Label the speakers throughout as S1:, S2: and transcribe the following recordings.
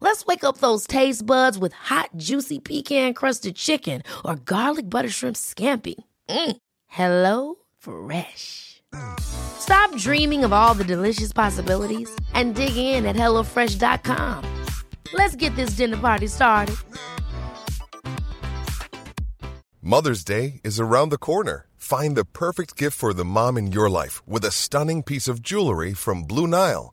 S1: Let's wake up those taste buds with hot, juicy pecan crusted chicken or garlic butter shrimp scampi. Mm. Hello Fresh. Stop dreaming of all the delicious possibilities and dig in at HelloFresh.com. Let's get this dinner party started.
S2: Mother's Day is around the corner. Find the perfect gift for the mom in your life with a stunning piece of jewelry from Blue Nile.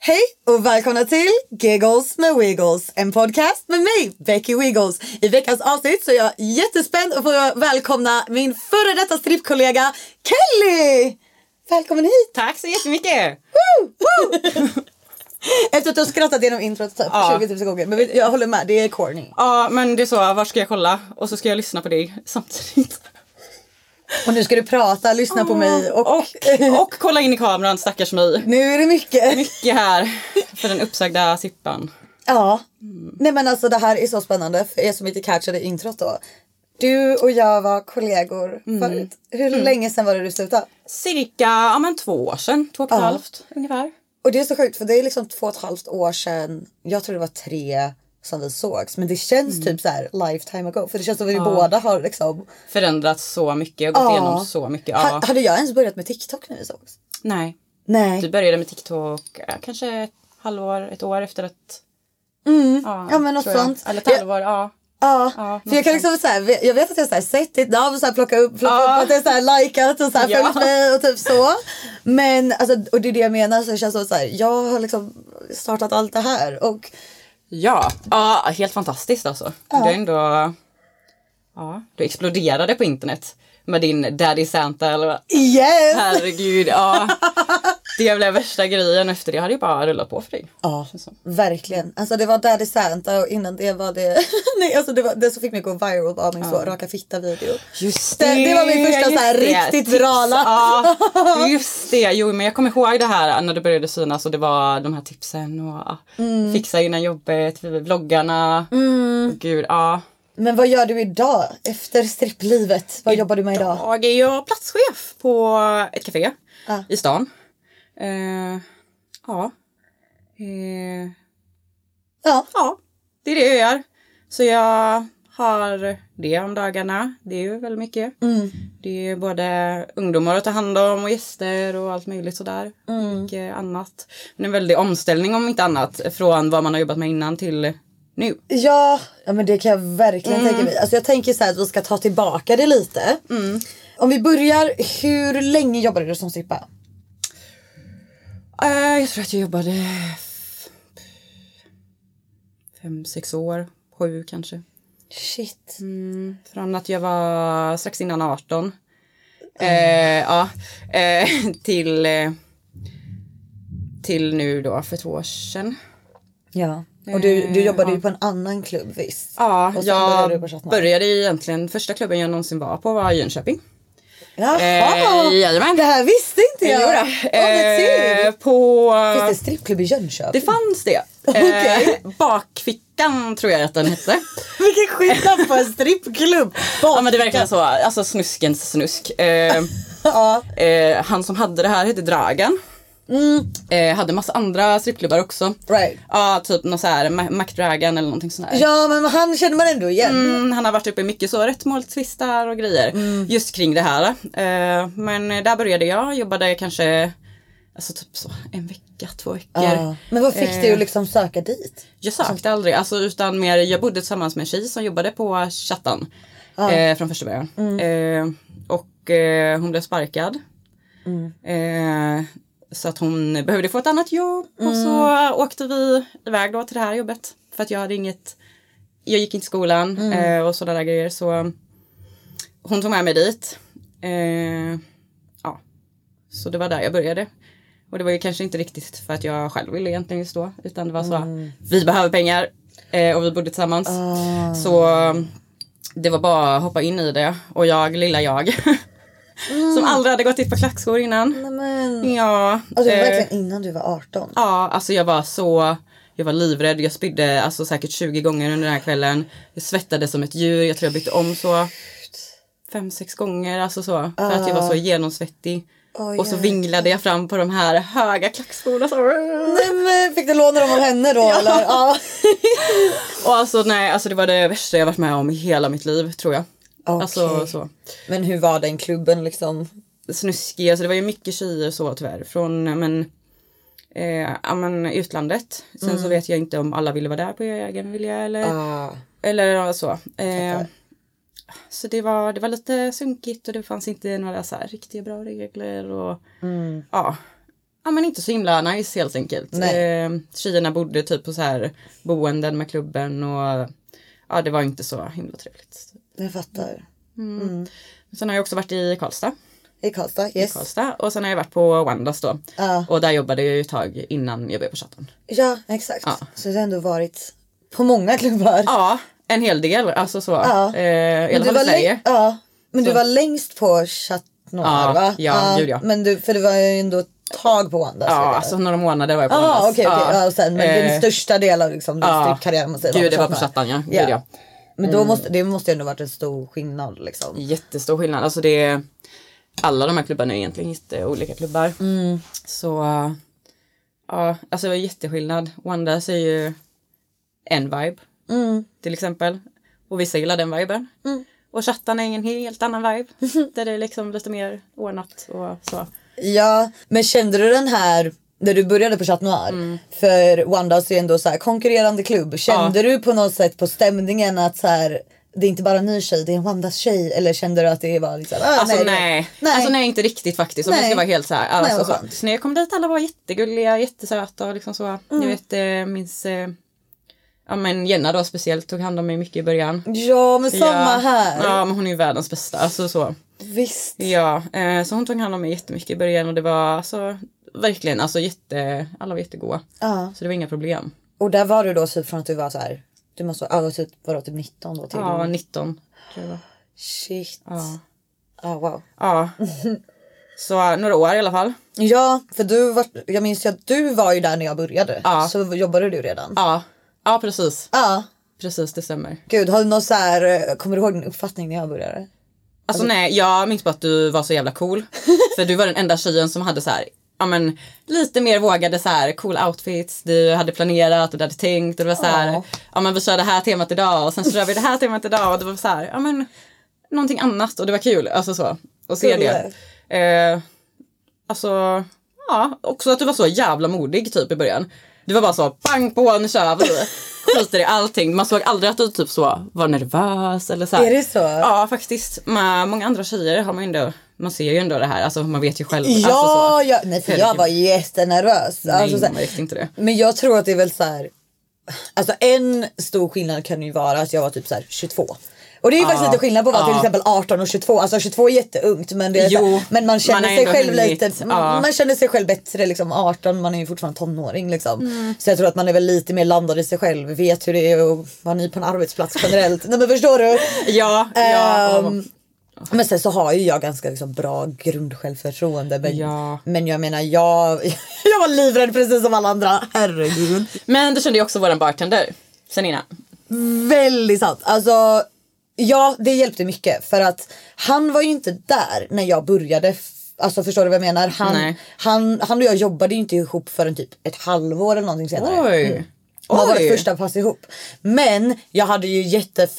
S3: Hej och välkomna till Giggles med Wiggles, en podcast med mig, Becky Wiggles. I veckans avsnitt så är jag jättespänd och får välkomna min före detta strippkollega Kelly! Välkommen hit!
S4: Tack så jättemycket!
S3: Efter att du har skrattat genom introt typ
S4: Ja.
S3: 20 000 gånger. Men jag håller med, det är corny.
S4: Ja, men det är så, var ska jag kolla? Och så ska jag lyssna på dig samtidigt.
S3: Och nu ska du prata, lyssna på mig och...
S4: Ah, Och, och kolla in i kameran, stackars mig.
S3: Nu är det mycket.
S4: Mycket här för den uppsagda Sippan.
S3: Ja. Nej men alltså det här är så spännande för er som inte catchade introt då. Du och jag var kollegor
S4: Mm.
S3: förut. Hur länge sedan var det du slutade?
S4: Cirka ja, men två år sedan, två och ett
S3: Ja.
S4: halvt ungefär.
S3: Och det är så sjukt för det är liksom två och ett halvt år sedan. Jag tror det var tre som vi sågs. Men det känns
S4: Mm.
S3: typ så här lifetime ago. För det känns som att vi båda har liksom.
S4: Förändrats så mycket, gått
S3: Ja.
S4: igenom så mycket.
S3: Ha,
S4: Ja.
S3: hade jag ens börjat med TikTok när vi sågs?
S4: Nej,
S3: Nej.
S4: du började med TikTok eh, kanske ett halvår, ett år efter att...
S3: ja, men något
S4: tror jag.
S3: sånt.
S4: Eller
S3: Jag-
S4: ett halvår, ja.
S3: Ja,
S4: Ja,
S3: för jag kan liksom så här, jag vet att jag har så här sett ditt namn så här plocka upp, plocka
S4: Ja.
S3: upp att jag så här likat och så här
S4: Ja.
S3: följt mig och typ så. Men alltså, och det är det jag menar så det känns som att så här, jag har liksom startat allt det här och
S4: Ja, ja helt fantastiskt alltså. Det är ändå... Ja, du exploderade på internet med din Daddy Santa eller vad?
S3: yes!
S4: Herregud, ja. Det blev värsta grejen. Efter det hade ju bara rullat på för dig.
S3: Ja,
S4: Känns som.
S3: verkligen. Alltså det var Daddy Santa och innan det var det, nej alltså det var det som fick mig att gå viral var min så raka fitta video.
S4: Just
S3: Det- det var min första
S4: just
S3: så här
S4: det.
S3: riktigt
S4: Tips,
S3: virala.
S4: Ja, just det. Jo, men jag kommer ihåg det här när det började synas och det var de här tipsen och ja,
S3: Mm.
S4: fixa innan jobbet, vloggarna. Gud, ja.
S3: Men vad gör du idag efter stripplivet? Vad jobbar du med idag?
S4: Jag är jag platschef på ett café
S3: Ja.
S4: i stan. Eh, ja. Eh,
S3: Ja,
S4: ja, det är det jag gör. Så jag har det om dagarna. Det är ju väldigt mycket. Det är både ungdomar att ta hand om och gäster och allt möjligt sådär. Mycket annat. Men en väldig omställning om inte annat från vad man har jobbat med innan till nu.
S3: ja, ja men det kan jag verkligen tänka mig. Alltså jag tänker så här att vi ska ta tillbaka det lite. Om vi börjar, hur länge jobbade du som strippa?
S4: Eh, jag tror att jag jobbade f- fem, sex år, sju kanske.
S3: Shit.
S4: Från att jag var strax innan 18.
S3: Mm.
S4: Eh, ja, eh, till, eh, till nu då för två år sedan.
S3: Ja. Och du, du jobbade ju på en annan klubb visst?
S4: Ja,
S3: Och sen började du
S4: jag
S3: på Chatnat.
S4: började egentligen, första klubben jag någonsin var på var i Jönköping.
S3: Jaha!
S4: Eh, jajamän.
S3: Det här visste inte jag.
S4: Jodå.
S3: Åh, vad kul.
S4: Eh, på...
S3: Finns det strippklubb i Jönköping?
S4: Det fanns det.
S3: Okej.
S4: Eh, bakfickan tror jag att den hette.
S3: Vilken skillnad på en strippklubb!
S4: ja men det är verkligen så, alltså snuskens snusk. Eh,
S3: Ja.
S4: Eh, han som hade det här hette Dragan.
S3: Mm.
S4: Eh, hade massa andra strippklubbar också.
S3: Right.
S4: Ja, typ någon så här Ma- Mac Dragan eller någonting sånt där.
S3: ja men han känner man ändå igen.
S4: Mm, han har varit uppe i mycket så rättmålstvistar och grejer
S3: Mm.
S4: just kring det här. Eh, men där började jag, jobbade kanske alltså typ så en vecka, två veckor.
S3: Ja. Men vad fick
S4: Eh,
S3: dig att liksom söka dit?
S4: Jag sökte aldrig, alltså, utan mer, jag bodde tillsammans med en tjej som jobbade på chattan eh, från första början. Eh, och eh, hon blev sparkad. Eh, Så att hon behövde få ett annat jobb och så åkte vi iväg då till det här jobbet. För att jag hade inget, jag gick inte i skolan eh, och sådana där grejer så hon tog med mig dit. Eh, ja, så det var där jag började. Och det var ju kanske inte riktigt för att jag själv ville egentligen just då utan det var så
S3: Mm.
S4: vi behöver pengar eh, och vi bodde tillsammans.
S3: Ah.
S4: Så det var bara att hoppa in i det och jag, lilla jag, som
S3: Ah.
S4: aldrig hade gått hit på klackskor innan.
S3: Nej, men.
S4: Ja,
S3: Och Alltså, det var
S4: Mm. eh,
S3: verkligen innan du var 18.
S4: ja, alltså jag var så, jag var livrädd, jag spydde alltså säkert 20 gånger under den här kvällen. Jag svettades som ett djur, jag tror jag bytte om så fem, sex gånger, alltså så. För att jag var så genomsvettig.
S3: Ah. Oj,
S4: och så vinglade jag fram på de här höga klackskorna. Så.
S3: Nej, men fick du låna dem av henne då eller? Ja.
S4: Och alltså nej, alltså det var det värsta jag varit med om i hela mitt liv tror jag. Alltså
S3: Okej.
S4: så.
S3: Men hur var den klubben liksom?
S4: snuskig, alltså det var ju mycket tjejer så tyvärr från ja, men, eh, ja, men utlandet. Sen
S3: Mm.
S4: så vet jag inte om alla ville vara där på egen vilja eller,
S3: Ah.
S4: eller så. Eh, så det var, det var lite sunkigt och det fanns inte några så här riktiga bra regler och
S3: Mm.
S4: ja. Ja men inte så himla nice helt enkelt.
S3: Nej.
S4: Eh, tjejerna bodde typ på så här boenden med klubben och ja det var inte så himla trevligt.
S3: Jag fattar.
S4: Sen har jag också varit i Karlstad.
S3: I Karlstad,
S4: i
S3: yes.
S4: Karlstad och sen har jag varit på Wandas då.
S3: Ja.
S4: Och där jobbade jag ju ett tag innan jag började på Chaton.
S3: Ja, exakt.
S4: Ja.
S3: Så det har ändå varit på många klubbar.
S4: Ja, en hel del alltså så.
S3: Ja.
S4: Eh, I alla
S3: du
S4: fall i
S3: var
S4: Sverige.
S3: läng- ja. Men du
S4: Så.
S3: var längst på Chat Noir
S4: Ja,
S3: va?
S4: ja, gud, ja.
S3: Men du, för det var ju ändå ett tag på Wanda.
S4: ja, alltså några månader var jag på Wandas.
S3: Ja, Ah, okej, okej. Ja, och sen, men
S4: Eh,
S3: den största delen av liksom, din
S4: ja.
S3: strippkarriär måste
S4: Gud, det var på Mm.
S3: Chat Noir.
S4: Chattan, ja. Gud, ja.
S3: Men då måste, det måste ju ändå varit en stor skillnad liksom.
S4: Jättestor skillnad. Alltså det är, alla de här klubbarna är egentligen jätteolika klubbar. Så ja, alltså det var jätteskillnad. Wandas är ju en vibe till exempel. Och vissa gillar den viben. Och chattan är en helt annan vibe. där det är liksom lite mer ordnat och så.
S3: Ja, men kände du den här när du började på Chat Noir?
S4: Mm.
S3: För Wandas är ju ändå så här konkurrerande klubb. Kände du på något sätt på stämningen att så här, det är inte bara en ny tjej, det är en Wandas tjej? Eller kände du att det var liksom, ah,
S4: Alltså nej.
S3: det- nej.
S4: Alltså nej inte riktigt faktiskt. Om jag
S3: Nej.
S4: ska vara helt så här. Alltså,
S3: Nej, vad
S4: så.
S3: skönt.
S4: så när jag kom dit alla var jättegulliga, jättesöta och liksom så. Jag
S3: Mm.
S4: vet, eh, minns eh, Ja men Jenna då speciellt tog hand om mig mycket i början.
S3: Ja men samma
S4: ja.
S3: här.
S4: Ja men hon är ju världens bästa. Alltså så.
S3: Visst.
S4: Ja, eh, så hon tog hand om mig jättemycket i början och det var alltså verkligen alltså jätte, alla var jättegoa.
S3: Ja.
S4: Så det var inga problem.
S3: Och där var du då typ från att du var så här. Du måste vara, ah, typ, var typ 19 då till?
S4: Ja, 19 tror jag det var.
S3: Shit.
S4: Ja.
S3: Ah, wow.
S4: Ja. Så några år i alla fall.
S3: Ja för du var, jag minns ju att du var ju där när jag började.
S4: Ja.
S3: Så jobbade du redan.
S4: Ja, ja precis.
S3: Ja.
S4: Precis det stämmer.
S3: Gud har du någon så här, eh, kommer du ihåg din uppfattning när jag började?
S4: Alltså nej, jag minns bara att du var så jävla cool. För du var den enda tjejen som hade så här, ja men lite mer vågade så här coola outfits. Du hade planerat och du hade tänkt och det var så här, ja men vi kör det här temat idag och sen så kör vi det här temat idag och det var så här, ja men någonting annat och det var kul, alltså så. Och se
S3: Kul.
S4: det. Eh, alltså, ja, också att du var så jävla modig typ i början. Du var bara så pang på, nu kör vi. Skiter i allting. Man såg aldrig att du typ så var nervös eller så här.
S3: Är det så?
S4: Ja faktiskt. Med många andra tjejer har man ju ändå, man ser ju ändå det här. Alltså man vet ju själv.
S3: Ja,
S4: alltså, så.
S3: ja, nej för jag var jättenervös.
S4: Nej,
S3: Alltså, så
S4: man
S3: här,
S4: vet inte det.
S3: men jag tror att det är väl så här. Alltså en stor skillnad kan ju vara att jag var typ så här 22. Och det är ju faktiskt lite skillnad på att vara till exempel 18 och 22. Alltså 22 är jätteungt men, det är så
S4: Jo,
S3: här, men man känner
S4: man har
S3: sig
S4: ändå
S3: själv
S4: hunnit,
S3: lite.
S4: ja.
S3: Man känner sig själv bättre liksom 18. Man är ju fortfarande tonåring liksom.
S4: Mm.
S3: Så jag tror att man är väl lite mer landad i sig själv. Vet hur det är att vara ny på en arbetsplats generellt. nej men förstår du?
S4: Ja, ja.
S3: Ehm, men sen så har ju jag ganska liksom bra grundsjälvförtroende. Men,
S4: Ja.
S3: men jag menar jag, jag var livrädd precis som alla andra. Herregud.
S4: men du kände ju också våran bartender. Sen innan.
S3: Väldigt sant. Alltså, ja det hjälpte mycket för att han var ju inte där när jag började. F- Alltså förstår du vad jag menar? Han,
S4: Nej.
S3: han, han och jag jobbade ju inte ihop förrän typ ett halvår eller någonting senare.
S4: Oj.
S3: Man var
S4: Oj.
S3: första pass ihop. Men jag hade ju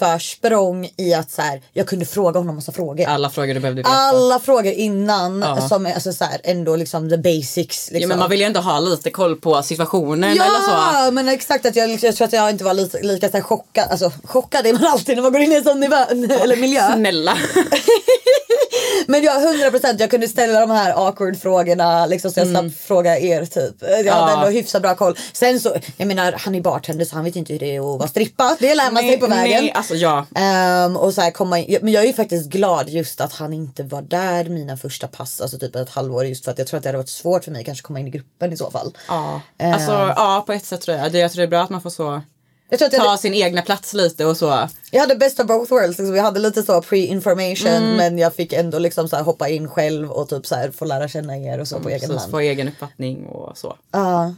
S3: jätteförsprång i att så här, jag kunde fråga honom massa frågor.
S4: Alla frågor du behövde veta.
S3: alla frågor innan som är alltså, så här, ändå liksom the basics. Liksom.
S4: Ja, men man vill ju ändå ha lite koll på situationen
S3: Ja,
S4: eller så.
S3: men exakt att jag, jag tror att jag inte var lika, lika så här, chockad. Alltså chockad är man alltid när man går in i en sån nivå, eller miljö.
S4: Snälla.
S3: Men jag 100% jag kunde ställa de här awkward frågorna liksom så jag
S4: Mm.
S3: slapp fråga er typ. Jag hade ändå hyfsat bra koll. Sen så, jag menar han är bartender så han vet inte hur det är att vara strippa. Det lär man sig på vägen.
S4: Nej, alltså ja.
S3: Ehm, och så här komma in. Men jag är ju faktiskt glad just att han inte var där mina första pass, alltså typ ett halvår just för att jag tror att det hade varit svårt för mig kanske att komma in i gruppen i så fall. Ehm,
S4: Ja. Alltså, ja, på ett sätt tror jag. Det- Jag tror det är bra att man får så
S3: Jag tror att jag,
S4: ta
S3: hade,
S4: sin egna plats lite och så.
S3: jag hade best of both worlds, liksom. jag hade lite så pre-information
S4: Mm.
S3: men jag fick ändå liksom så här hoppa in själv och typ så här få lära känna er och så på egen
S4: Mm, Precis,
S3: hand.
S4: få egen uppfattning och så.
S3: Ja,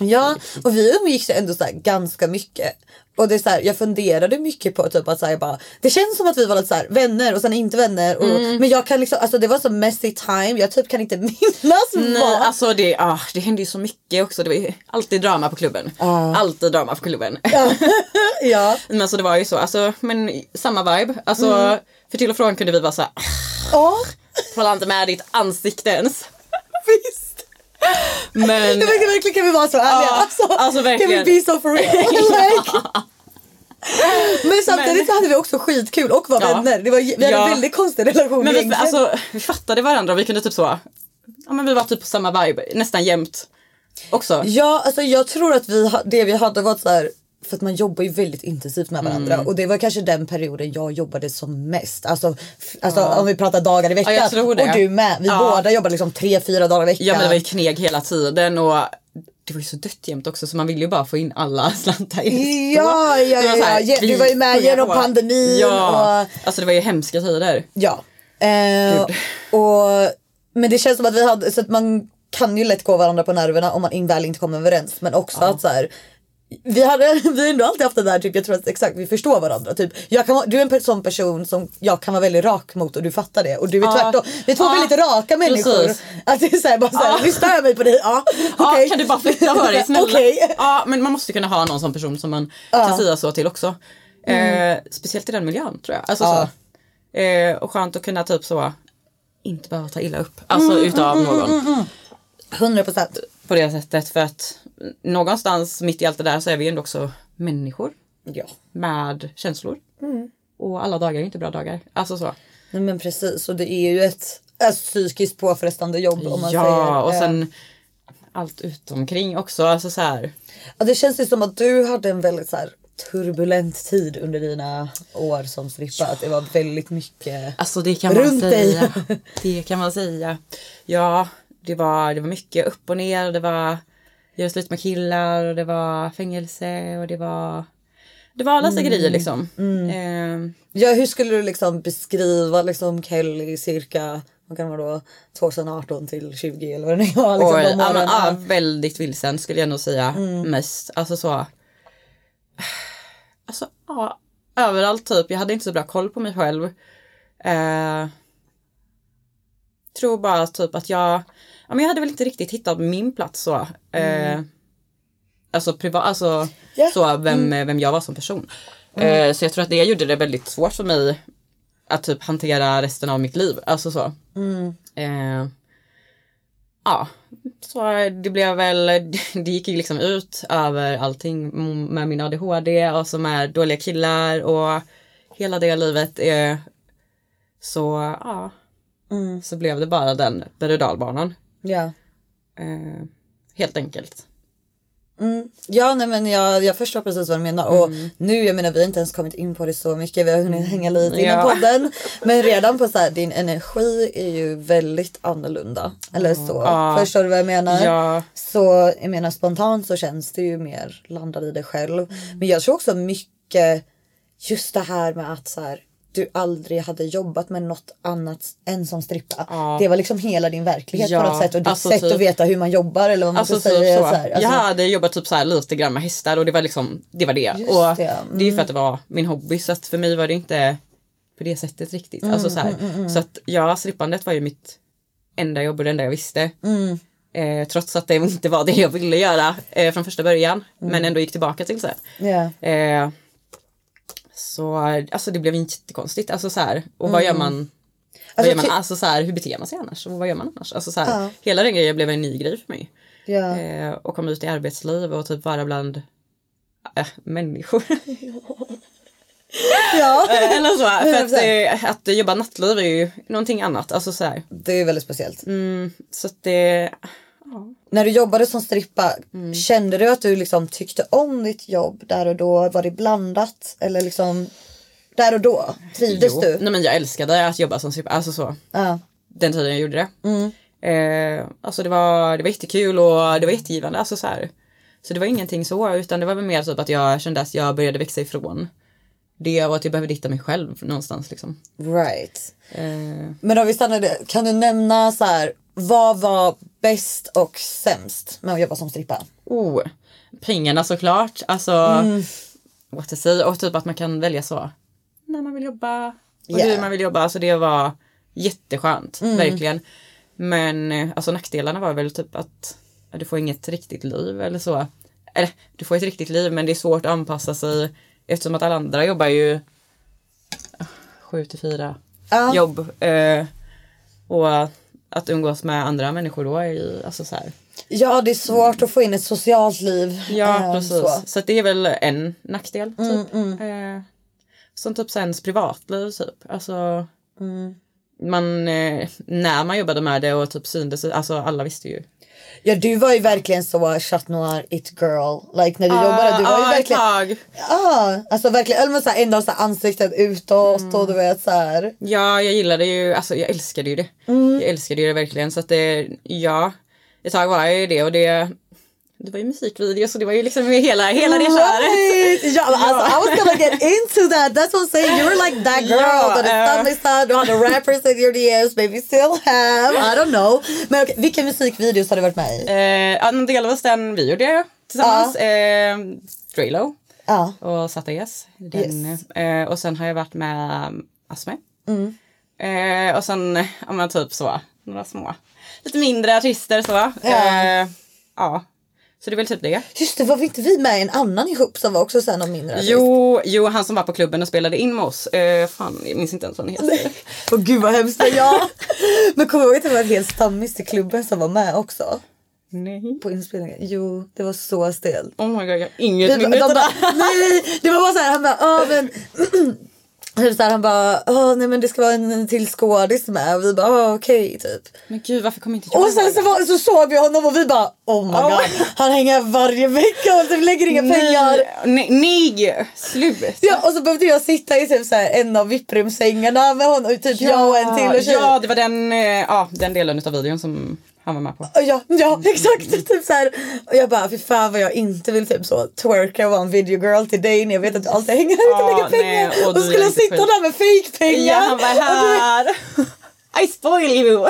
S4: liksom.
S3: och vi umgicks ju ändå så här ganska mycket. Och det är så här, jag funderade mycket på typ att så här, jag bara, det känns som att vi var lite så här, vänner och sen inte vänner. Och,
S4: Mm.
S3: Men jag kan liksom, alltså det var så messy time, jag typ kan inte minnas
S4: Nej,
S3: vad.
S4: alltså det, ah, det hände ju så mycket också. Det var ju alltid drama på klubben. Alltid drama på klubben.
S3: Ja.
S4: Men alltså det var ju så, alltså, men samma vibe. Alltså,
S3: Mm.
S4: För till och från kunde vi vara såhär,
S3: ja.
S4: hålla inte med ditt ansikte ens. Visst. Men,
S3: Det verkar verkligen kan vi vara så ärliga.
S4: Ja,
S3: alltså,
S4: alltså
S3: kan vi
S4: verkligen.
S3: be so for real? like. Men samtidigt
S4: Men-
S3: så hade vi också skitkul och var
S4: Ja.
S3: vänner. Det var, vi hade
S4: Ja.
S3: en väldigt konstig relation
S4: men vi,
S3: egentligen.
S4: alltså, vi fattade varandra och vi kunde typ så, ja men vi var typ på samma vibe nästan jämt. Också.
S3: Ja, alltså jag tror att vi, ha- det vi hade var så här för att man jobbar ju väldigt intensivt med varandra
S4: Mm.
S3: och det var kanske den perioden jag jobbade som mest. Alltså, f- alltså om vi pratar dagar i veckan
S4: jag tror det.
S3: och du med. Vi
S4: Ja.
S3: båda jobbade liksom tre, fyra dagar i veckan.
S4: Ja men det var ju kneg hela tiden och det var ju så dött jämt också så man ville ju bara få in alla slantar i
S3: Ja, ja,
S4: Det var så här,
S3: ja, ja. Du
S4: vi
S3: var ju med
S4: börjar
S3: genom
S4: på.
S3: pandemin
S4: Ja,
S3: och-
S4: alltså det var ju hemska tider.
S3: Ja. Eh, och, men det känns som att vi hade, så att man kan ju lätt gå varandra på nerverna om man in, väl inte kommer överens. Men också att så här, vi, hade, vi har ändå alltid haft det där, typ, jag tror att exakt vi förstår varandra. Typ, jag kan, vara- du är en pe- sån person som jag kan vara väldigt rak mot och du fattar det. Och du är tvärtom. Vi är två
S4: Ja.
S3: väldigt raka människor.
S4: Precis.
S3: Att det är så här, bara så här,
S4: Ja.
S3: nu stör jag mig på dig. Ja,
S4: Ja,
S3: okej.
S4: kan du bara flytta på dig snälla?
S3: Okej.
S4: Ja, men man måste ju kunna ha någon sån person som man kan säga så till också.
S3: Mm.
S4: Eh, speciellt i den miljön tror jag. Alltså, så. Eh, och skönt att kunna typ så inte behöva ta illa upp. Alltså
S3: Mm,
S4: utav någon
S3: 100%.
S4: på det sättet. För att någonstans mitt i allt det där så är vi ju ändå också människor
S3: Ja.
S4: med känslor.
S3: Mm.
S4: Och alla dagar är ju inte bra dagar. Alltså så.
S3: Nej, men precis. Och det är ju ett, ett psykiskt påfrestande jobb om man
S4: ja,
S3: säger.
S4: och
S3: eh,
S4: sen allt utomkring också. Alltså så här.
S3: Ja, det känns ju som att du hade en väldigt så här, turbulent tid under dina år som strippa. Att det var väldigt mycket.
S4: Alltså det kan
S3: Runt
S4: man
S3: dig.
S4: säga. Det kan man säga. Ja, det var, det var mycket upp och ner. Det var göra slut med killar och det var fängelse och det var det var alla mm. grejer liksom. Eh,
S3: Ja, hur skulle du liksom beskriva liksom Kelly cirka vad kan det vara då, 2018 till 20 eller vad det nu var. Liksom,
S4: och,
S3: de
S4: ja, men,
S3: åren? Mm.
S4: ja, väldigt vilsen skulle jag nog säga mest. Alltså så. Alltså ja, överallt typ. Jag hade inte så bra koll på mig själv. Eh, tror bara typ att jag, ja, men jag hade väl inte riktigt hittat min plats så. Eh, Alltså privat, alltså
S3: Mm. Ja. Mm.
S4: så vem, vem jag var som person. Eh, så jag tror att det gjorde det väldigt svårt för mig att typ hantera resten av mitt liv. Alltså så.
S3: Mm.
S4: Eh, ja, så det blev väl, det gick ju liksom ut över allting med min ADHD och som är dåliga killar och hela det livet. Är, så ja, så blev det bara den berg och dalbanan.
S3: ja.
S4: Eh, helt enkelt.
S3: Ja, nej, men jag, jag förstår precis vad du menar. Och
S4: Mm.
S3: nu, jag menar vi har inte ens kommit in på det så mycket. Vi har hunnit hänga lite innan
S4: Ja.
S3: podden. Men redan på så här, din energi är ju väldigt annorlunda. Eller så.
S4: Mm. Ja.
S3: Förstår du vad jag menar?
S4: Ja.
S3: Så jag menar spontant så känns det ju mer landad i dig själv.
S4: Mm.
S3: Men jag tror också mycket just det här med att så här, du aldrig hade jobbat med något annat än som strippa. Det var liksom hela din verklighet
S4: Ja,
S3: på något sätt och ditt
S4: alltså
S3: sätt
S4: typ-
S3: att veta hur man jobbar eller vad man
S4: Alltså
S3: ska
S4: typ
S3: säga.
S4: så.
S3: Så här. Alltså,
S4: jag hade jobbat typ så här lite grann med hästar och det var liksom, det var det.
S3: Just
S4: och
S3: det, mm. ja.
S4: det är ju för att det var min hobby så att för mig var det inte på det sättet riktigt.
S3: Mm,
S4: alltså så, här. så att ja, strippandet var ju mitt enda jobb och det enda jag visste.
S3: Mm.
S4: Eh, trots att det inte var det jag ville göra eh, från första början.
S3: Mm.
S4: Men ändå gick tillbaka till så. Här.
S3: ja.
S4: Eh, så alltså det blev ju jättekonstigt. Alltså så här, och vad gör man? Vad
S3: Alltså,
S4: gör man?
S3: ty-
S4: Alltså, så här, hur beter man sig annars? Och vad gör man annars? Alltså, så här, Hela den grejen blev en ny grej för mig.
S3: Ja.
S4: Eh, och komma eh, ut i arbetsliv och typ vara bland äh, människor.
S3: Ja.
S4: Eh, Eller så. För att,
S3: 100%.
S4: eh, att jobba nattliv är ju någonting annat. Alltså så här.
S3: Det är väldigt speciellt.
S4: Så att det...
S3: När du jobbade som strippa, kände du att du liksom tyckte om ditt jobb där och då? Var det blandat? Eller liksom där och då? Trivdes
S4: Jo.
S3: du?
S4: Nej men jag älskade att jobba som strippa. Alltså så.
S3: Ja.
S4: Den tiden jag gjorde det. Eh, alltså det var, det var jättekul och det var jättegivande. Alltså så här. Så det var ingenting så utan det var väl mer typ att jag kände att jag började växa ifrån det och att jag behövde hitta mig själv någonstans liksom.
S3: Right.
S4: Eh,
S3: Men om vi stannar där, kan du nämna så här, vad var bäst och sämst med att jobba som strippa?
S4: oh, pengarna såklart. Alltså,
S3: Mm.
S4: what to say. Och typ att man kan välja så. När man vill jobba och
S3: Yeah. Mm.
S4: hur man vill jobba. Alltså det var jätteskönt, verkligen. Men eh, alltså nackdelarna var väl typ att ja, du får inget riktigt liv eller så. Eller du får ett riktigt liv men det är svårt att anpassa sig eftersom att alla andra jobbar ju ah, sju till fyra
S3: Ja.
S4: jobb. Eh, och att umgås med andra människor då är ju alltså så här.
S3: Ja, det är svårt att få in ett socialt liv.
S4: Ja
S3: eh,
S4: precis.
S3: så. Mm,
S4: Så. att det är väl en nackdel. Typ. Eh, som typ så ens privatliv typ. Alltså,
S3: Mm.
S4: man, eh, när man jobbade med det och typ syntes, alltså alla visste ju.
S3: Ja, du var ju verkligen så chat noir it girl. Like när du Ah, jobbade, du var ju
S4: Ja, ett
S3: verkligen...
S4: tag.
S3: Ja, alltså verkligen. Eller men så här, ändå så här, ansiktet utåt och du vet så här.
S4: Ja jag gillade ju, alltså jag älskade ju det.
S3: Mm.
S4: Jag älskade ju det verkligen så att det, ja. Ett tag var jag ju det och det, det var ju musikvideo så det var ju liksom hela, hela det
S3: Mm.
S4: köret.
S3: Right. Ja, men alltså, I was gonna get into that. That's what I'm saying. You're like that girl.
S4: Ja,
S3: that
S4: eh.
S3: is stammisar, du hade rappers in your DMs, maybe still have. I don't know. Men okej, vilka musikvideos har du varit med i?
S4: Eh, ja, men delvis den vi gjorde tillsammans. Eh, Draylo.
S3: Ja.
S4: och Zata Yes. Den,
S3: Yes. Mm.
S4: Eh, och sen har jag varit med um, Asme. Eh, och sen, ja men typ så, några små, lite mindre artister så.
S3: Ja.
S4: Eh, ja. Så det är väl typ det.
S3: Just det, var inte vi med i en annan ihop som var också så här någon mindre? artist?
S4: Jo, jo, han som var på klubben och spelade in med oss. Eh, fan, jag minns inte ens vad han heter.
S3: Åh gud vad hemskt det är jag. Men kommer du ihåg att det var en hel stammis i klubben som var med också?
S4: Nej.
S3: På inspelningen. Jo, det var så stelt.
S4: Oh my god, jag har inget
S3: Vi
S4: minne
S3: bara- de
S4: av det.
S3: bara, nej, det var bara så här, han bara, ja men. Typ så här, han bara, åh nej men det ska vara en till skådis med och vi bara, åh okej typ.
S4: Men gud, varför kom inte jag
S3: Och sen så, var, så såg vi honom och vi bara, oh my
S4: Oh.
S3: god. Han hänger varje vecka och typ lägger inga pengar.
S4: Nej, nej, slut.
S3: Ja, och så behövde jag sitta i typ så här, en av VIP-rumssängarna med honom och typ jag och en till och tjej.
S4: ja, det var den, eh, ja, den delen av videon som han var med på.
S3: Ja, ja exakt. Typ så här. Och jag bara, fy fan vad jag inte vill typ så twerka och vara en video girl till dig när jag vet att du alltid hänger ut och
S4: Ja,
S3: lägger pengar.
S4: nej, och
S3: och
S4: du
S3: så skulle
S4: är
S3: jag
S4: inte
S3: sitta
S4: skön.
S3: där med fejkpengar.
S4: Ja, han var här. I spoil you.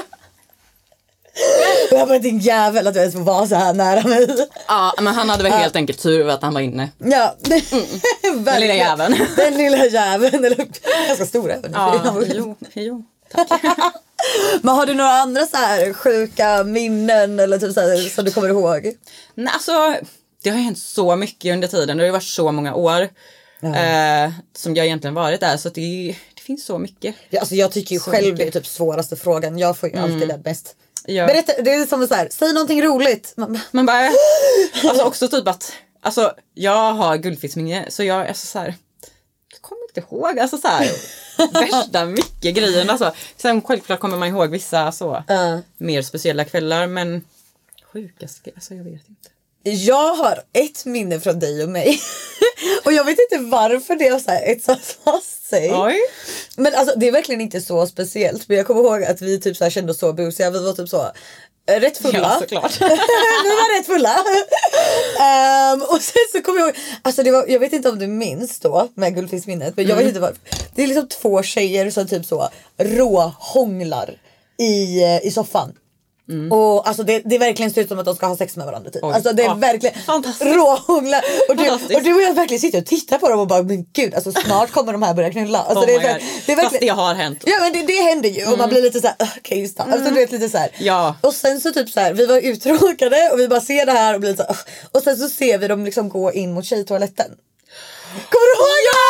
S3: Och jag bara, din jävel att du ens får vara så här nära mig.
S4: Ja, men han hade väl helt enkelt tur att han var inne.
S3: Ja. Den
S4: Mm. lilla jäveln.
S3: Den lilla jäveln. Eller ganska stor även.
S4: Ja, jo, jo.
S3: Men har du några andra så här sjuka minnen eller typ så här, som du kommer ihåg?
S4: Nej, alltså, det har hänt så mycket under tiden. Det har ju varit så många år eh, som jag egentligen varit där. Så att det, det finns så mycket.
S3: Ja, Alltså jag tycker ju själv det är typ svåraste frågan. Jag får ju alltid den bäst.
S4: Mm. Ja.
S3: Berätta, det är som så här, säg någonting roligt. Man bara,
S4: Man bara, alltså också typ att, alltså jag har guldfiskminne så jag, alltså så här, jag kommer inte ihåg, alltså så här, värsta mycket grejerna alltså. Sen självklart kommer man ihåg vissa så, mer speciella kvällar men sjukaste, alltså jag vet inte.
S3: Jag har ett minne från dig och mig. och jag vet inte varför det har så här etsat fast sig.
S4: Oj.
S3: Men alltså det är verkligen inte så speciellt. Men jag kommer ihåg att vi typ så här kände oss så busiga. Vi var typ så eh, rätt fulla.
S4: Ja, såklart.
S3: Alltså, vi var rätt fulla. Ehm, och sen så kommer jag ihåg, alltså det var, jag vet inte om du minns då med guldfiskminnet men jag vet
S4: Mm.
S3: inte varför. Det är liksom två tjejer som typ så råhånglar i, eh, i soffan. Och alltså det, det verkligen ser ut som att de ska ha sex med varandra typ.
S4: Mm. Oj.
S3: Alltså det är
S4: Ja.
S3: verkligen
S4: Fantastiskt.
S3: råhånglar. Och du,
S4: Fantastiskt.
S3: och du och jag verkligen sitter och tittar på dem och bara men gud alltså snart kommer de här börja knulla. Alltså,
S4: Oh
S3: det, är
S4: my
S3: så här-
S4: God.
S3: det är verkligen,
S4: Fast det har hänt.
S3: Ja men det, det händer ju och man blir lite så här, "Ugh, okej just det. Alltså, du vet, lite så här.
S4: Mm. Ja.
S3: Och sen så typ så här, vi var uttråkade och vi bara ser det här och blir lite så här, "Ugh." Och sen så ser vi dem liksom gå in mot tjejtoaletten. Kommer du ihåg? Ja!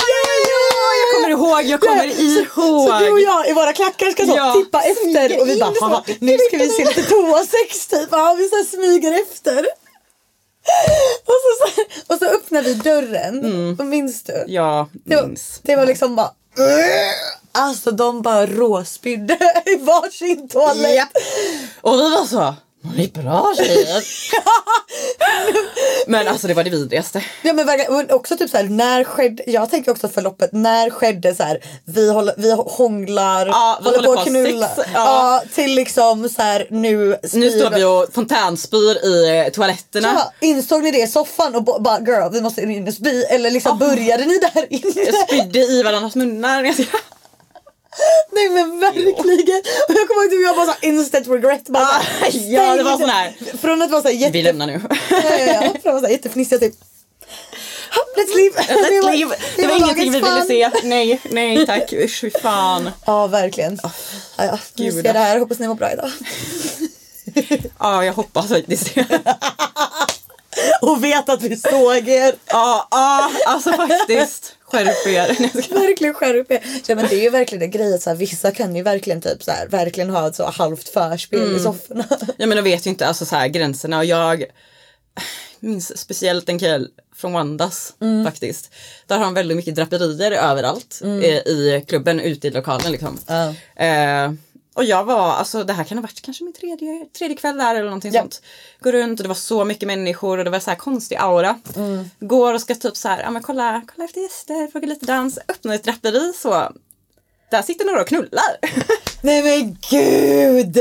S3: ja, ja,
S4: Jag kommer ihåg, jag kommer ihåg.
S3: Så du och jag i våra klackar ska så
S4: Ja.
S3: tippa efter och vi
S4: in
S3: bara
S4: så.
S3: "Haha, nu ska vi se lite toasex typ. Ja vi så här smyger efter. Och så, så, och så öppnade vi dörren. Och
S4: Mm.
S3: minns du?
S4: Ja,
S3: Det var,
S4: minns.
S3: det var liksom bara... Alltså de bara råspydde i varsin toalett.
S4: Ja. Och vi var så, ni är bra tjejer. Men alltså det var det vidrigaste.
S3: Ja, men verkligen. Och också typ så här, när skedde, jag tänker också förloppet, när skedde så här, vi, håller, vi hånglar,
S4: Ja, vi håller på
S3: att
S4: att
S3: knulla.
S4: sex,
S3: ja.
S4: ja.
S3: till liksom så här, nu
S4: Nu står vi och fontänspyr i eh, toaletterna.
S3: Ja, insåg ni det i soffan och ba- bara girl vi måste in och spy eller liksom började ni där inne?
S4: Ah. Jag spydde i varandras munnar.
S3: Nej men verkligen! Och jag kommer ihåg att jag bara så här, instant regret. Bara,
S4: Ah,
S3: så här,
S4: ja, det var
S3: stängde.
S4: sån här.
S3: Från att vara så här jätte...
S4: Vi lämnar nu.
S3: Ja, ja, ja. Från att vara så här jättefnissiga typ. "Hopp, Let's leave! Det var-
S4: Let's leave. Det var ingenting vi
S3: dagens
S4: ville
S3: fun.
S4: se. Nej, nej tack. Usch fy fan.
S3: Ja, verkligen. ja, ja, ni
S4: gud,
S3: ser det här. Hoppas ni mår bra idag.
S4: Ja, jag hoppas faktiskt det.
S3: Och vet att vi såg er.
S4: Ja, ja, alltså faktiskt. Skärp er. Nej, jag ska-
S3: Verkligen skärp er. Ja, men det är ju verkligen en grej att så här, vissa kan ju verkligen typ så här, verkligen ha ett så halvt förspel
S4: Mm.
S3: i sofforna.
S4: Jag menar vet ju inte alltså så här gränserna och jag minns speciellt en kväll från Wandas faktiskt. Där har de väldigt mycket draperier överallt eh, i klubben ute i lokalen liksom. Eh, och jag var, alltså det här kan ha varit kanske min tredje, tredje kväll där eller någonting sånt. Går runt och det var så mycket människor och det var så här konstig aura. Går och ska typ så här, ja men kolla, kolla efter gäster, fråga lite dans, öppnar ett draperi så. Där sitter några och knullar.
S3: Nej men gud!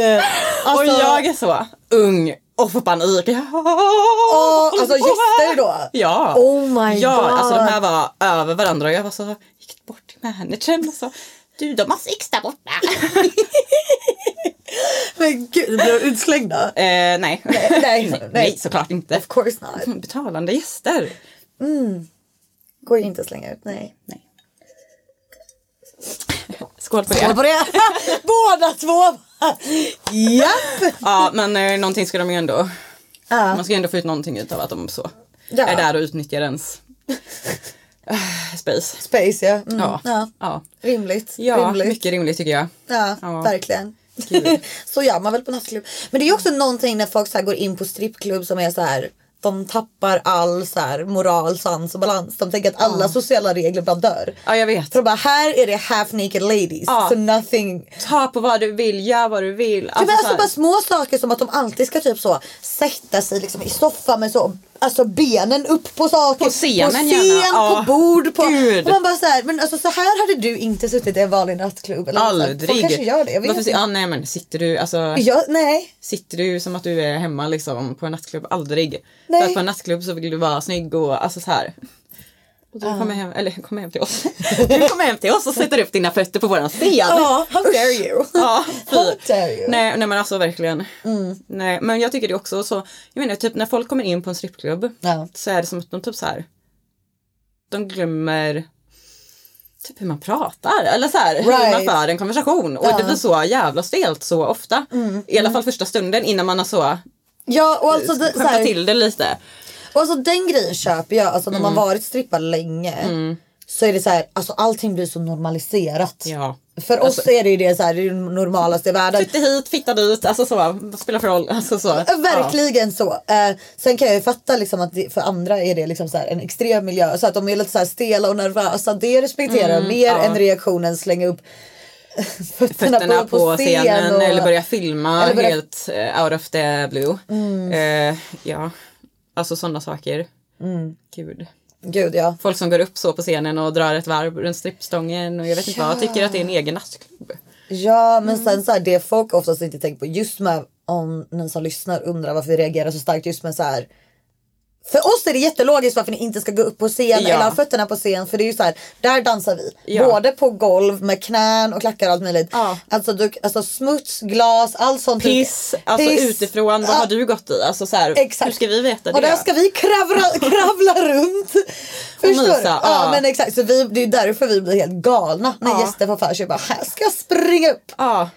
S3: Alltså,
S4: och jag är så ung och får panik.
S3: Åh, alltså gäster då?
S4: Ja.
S3: Oh my
S4: ja,
S3: god.
S4: Alltså de här var över varandra och jag var så, gick bort till managern och sa du de har sex där borta.
S3: Men gud, blev de utslängda?
S4: eh, nej. Nej,
S3: nej, nej.
S4: såklart inte.
S3: Of course not.
S4: Betalande gäster.
S3: Går ju inte att slänga ut, nej.
S4: Nej. Skål på det.
S3: Kolla på det! Båda två! Japp!
S4: Ja men eh, någonting ska de ju ändå,
S3: Ja.
S4: man ska ju ändå få ut någonting utav att de så
S3: Ja.
S4: är där och utnyttjar ens eh, space.
S3: Space ja. Mm.
S4: Ja.
S3: ja.
S4: Ja.
S3: Rimligt.
S4: Ja,
S3: Rimligt.
S4: mycket rimligt tycker jag.
S3: Ja,
S4: Ja.
S3: verkligen. så gör man väl på nattklubb. Men det är ju också någonting när folk så här går in på strippklubb som är så här. De tappar all så här, moral, sans och balans. De tänker att alla sociala regler bara dör.
S4: Ja, jag vet.
S3: För de bara, här är det half naked ladies.
S4: Ja.
S3: So nothing.
S4: ta på vad du vill, gör vad du vill.
S3: Alltså,
S4: så
S3: alltså
S4: här-
S3: bara små saker som att de alltid ska typ så sätta sig liksom i soffan med så Alltså benen upp på saker,
S4: På scenen
S3: på, scen,
S4: gärna.
S3: på
S4: Ja.
S3: bord. På,
S4: Gud.
S3: och man bara så här, men alltså så här hade du inte suttit i en vanlig nattklubb. Eller något sånt.
S4: Aldrig.
S3: Folk kanske gör det, jag vet
S4: Varför,
S3: inte.
S4: si- ah, nej, men sitter du, alltså,
S3: Jag, nej,
S4: sitter du som att du är hemma liksom, på en nattklubb? Aldrig.
S3: Nej.
S4: För att på en nattklubb så vill du vara snygg och alltså, så här. Och du kommer hem, eller kommer hem till oss. Du kommer hem till oss och sätter upp dina fötter på våran scen.
S3: Ja, how dare you.
S4: Ja, fy.
S3: How dare you.
S4: Nej, nej men alltså verkligen.
S3: Mm.
S4: Nej, men jag tycker det är också så, jag menar typ när folk kommer in på en strippklubb
S3: Ja.
S4: så är det som att de typ så här, de glömmer typ hur man pratar eller så här, hur
S3: Right.
S4: man för en konversation och det blir så jävla stelt så ofta.
S3: Mm,
S4: I alla fall första stunden innan man har så
S3: Ja och alltså, det, så
S4: skämtat
S3: här,
S4: till det lite.
S3: och alltså den grejen köper jag. Alltså när man
S4: Mm.
S3: varit strippad länge. Så är det så här, alltså allting blir så normaliserat.
S4: Ja. Alltså-
S3: För oss är det ju det så här, det är det normalaste i världen.
S4: Flytta hit, fitta dit, alltså så, vad spelar för roll? Alltså så.
S3: Ja, Verkligen så. Eh, sen kan jag ju fatta liksom att det, för andra är det liksom så här en extrem miljö. Så att de är lite så här stela och nervösa. Det respekterar
S4: Mm,
S3: jag mer än reaktionen slänga upp fötterna,
S4: fötterna på, scenen,
S3: och-
S4: eller börja filma
S3: eller börja- Mm.
S4: helt eh, out of the blue. Eh, ja, alltså sådana saker.
S3: Mm.
S4: Gud.
S3: Gud ja.
S4: Folk som går upp så på scenen och drar ett varv runt strippstången och jag vet inte vad, tycker att det är en egen nattklubb.
S3: Ja
S4: Mm.
S3: men sen så här, det folk oftast inte tänker på just med om ni som lyssnar undrar varför vi reagerar så starkt just med så här. För oss är det jättelogiskt varför ni inte ska gå upp på scen
S4: Ja.
S3: eller ha fötterna på scen för det är ju så här, där dansar vi.
S4: Ja.
S3: Både på golv med knän och klackar och allt möjligt.
S4: Ja.
S3: Alltså, du, alltså smuts, glas, allt sånt.
S4: Piss, alltså
S3: Piss.
S4: utifrån, vad
S3: Ja.
S4: har du gått i? Alltså så här,
S3: Exakt.
S4: hur ska vi veta
S3: Och där
S4: det?
S3: ska vi kravla, kravla runt. Förstår du?
S4: mysa,
S3: Ja,
S4: ja.
S3: men exakt. Så vi, det är därför vi blir helt galna när gäster får för sig bara här ska jag springa upp.
S4: Ja,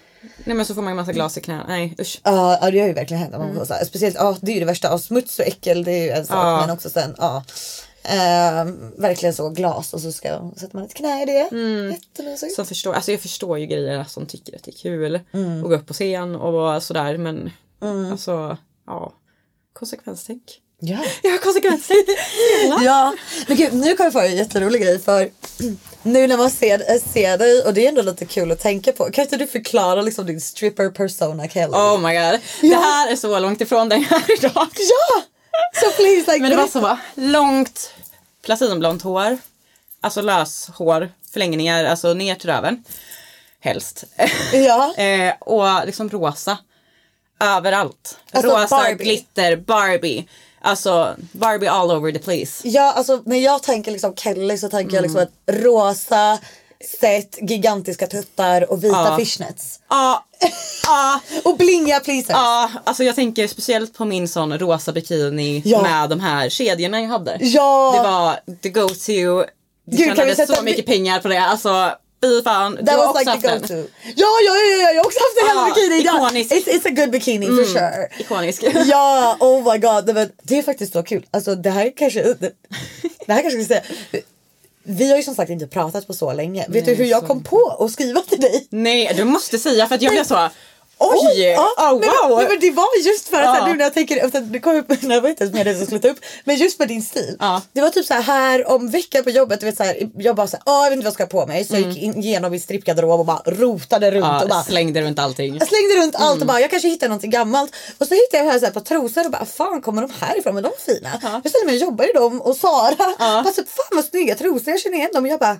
S4: nej men så får man ju massa glas i knäna, nej usch.
S3: Ja ja, det har ju verkligen hänt.
S4: Mm.
S3: Man får så här, speciellt, ja det är ju det värsta, ja, smuts och äckel det är ju en sak
S4: Ja.
S3: men också sen ja. Ehm, verkligen så glas och så ska, sätter man ett knä i det.
S4: Mm.
S3: Jättemysigt.
S4: Som förstår, alltså jag förstår ju grejer som tycker att det är kul att Mm. gå upp på scen och sådär men alltså ja, konsekvenstänk.
S5: Ja.
S4: Jag har konsekvenser. Jävlar.
S3: Ja, men gud nu kommer jag få en jätterolig grej för nu när man ser, äh, ser dig och det är ändå lite kul att tänka på. Kan inte du förklara liksom din stripper persona Kelly?
S4: Oh my god. Det här är så långt ifrån den jag är idag.
S3: Ja! Så please like
S4: Men det var så långt platinblont hår. Alltså löshår, förlängningar, alltså ner till röven. Helst.
S3: Ja.
S4: eh, och liksom rosa. Överallt.
S3: Alltså
S4: rosa,
S3: Barbie.
S4: glitter, Barbie. Alltså Barbie all over the place.
S3: Ja, alltså när jag tänker liksom Kelly så tänker jag liksom
S4: Mm.
S3: att rosa set, gigantiska tuttar och vita fishnets.
S4: Ja, ja,
S3: Och blingiga pleaser.
S4: ja. Alltså jag tänker speciellt på min sån rosa bikini
S3: Ja.
S4: med de här kedjorna jag hade.
S3: Ja.
S4: Det var the go to. Det
S3: Gud, kan vi
S4: tjänades
S3: sätta
S4: så
S3: en bi-
S4: mycket pengar på det. Alltså fy fan. Du
S3: That
S4: har
S3: was
S4: också
S3: like
S4: haft
S3: the
S4: den.
S3: go-to. Ja, ja, ja, ja, jag har också haft en hel
S4: Ja,
S3: bikini. Ja.
S4: ikonisk. Mm.
S3: It's, it's a good bikini for sure.
S4: Ikonisk.
S3: Ja, oh my god. Nej, men det är faktiskt så kul. Alltså det här kanske... Det, det här kanske ska jag säga. Vi har ju som sagt inte pratat på så länge. Vet du hur jag kom på att skriva till dig?
S4: Nej, du måste säga för att jag blev så. Oj!
S3: ja,
S4: oh,
S3: nej, men,
S4: wow!
S3: nej, men det var just för att
S4: Ja.
S3: så här, nu när jag tänker efter, du kom upp, nej, det var inte ens med det som skulle ta upp, men just med din stil.
S4: Ja.
S3: Det var typ så här, här om veckan på jobbet, du vet så här, jag bara så här, "Ah, jag vet inte vad jag ska ha på mig. Så jag gick in genom min strippgarderob och bara rotade runt och
S4: Mm. ja, Mm.
S3: bara
S4: slängde runt allting.
S3: Jag slängde runt allt och bara jag kanske hittar någonting gammalt. Och så hittade jag här, så här på trosor och bara fan kommer de härifrån? Men de är fina. Jag ställde mig och jobbade i dem och Sara bara så, fan vad snygga trosor jag känner igen dem. Och jag bara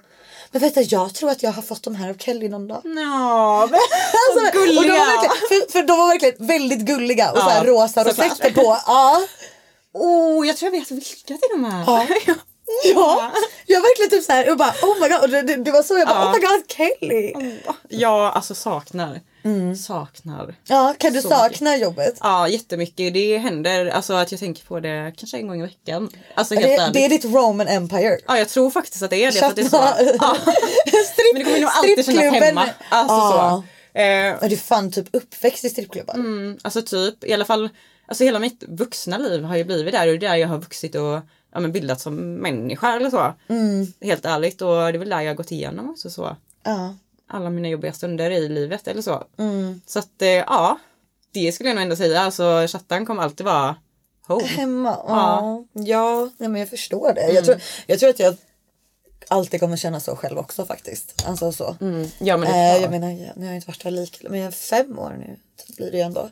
S3: men vet du, jag tror att jag har fått de här av Kelly någon dag.
S4: Ja,
S3: Alltså,
S4: men, vad
S3: och de
S4: gulliga!
S3: var verkligen, för, för de var verkligen väldigt gulliga och så här
S4: Ja,
S3: rosa
S4: såklart.
S3: rosetter på. Ja.
S4: Oh, jag tror jag vet vilka till de här.
S3: Ja. ja. Jag verkligen typ så här och bara oh my god. Och det, det, det var så jag bara
S4: Ja.
S3: oh my god Kelly.
S4: Ja, alltså saknar.
S3: Mm.
S4: Saknar.
S3: Ja, kan du
S4: Så
S3: sakna jobbet?
S4: Ja, jättemycket. Det händer alltså att jag tänker på det kanske en gång i veckan. Alltså helt
S3: Det,
S4: ärligt.
S3: det är ditt Roman Empire.
S4: Ja, jag tror faktiskt att det är det. För att det är så.
S3: Köpa-
S4: Ja.
S3: Stripp-
S4: Men det kommer nog alltid kännas
S3: strippklubben.
S4: hemma. Alltså
S3: Ja.
S4: så. Eh,
S3: Ja, Du är fan typ uppväxt i strippklubbar.
S4: Alltså typ, i alla fall, alltså hela mitt vuxna liv har ju blivit där och det är där jag har vuxit och ja, men bildats som människa eller så.
S3: Mm.
S4: Helt ärligt och det är väl där jag har gått igenom också så.
S3: Ja.
S4: Alla mina jobbiga stunder i livet eller så.
S3: Mm.
S4: Så att eh, ja, det skulle jag nog ändå säga. Alltså chatten kommer alltid vara home.
S3: Hemma. Ja, ja nej, men jag förstår det.
S4: Mm.
S3: Jag, tror, jag tror att jag alltid kommer känna så själv också faktiskt. Alltså så.
S4: Ja men Mm, det är
S3: Eh,
S4: klart.
S3: jag menar, jag, nu har jag inte varit där lika men jag är fem år nu. Så blir det ju ändå.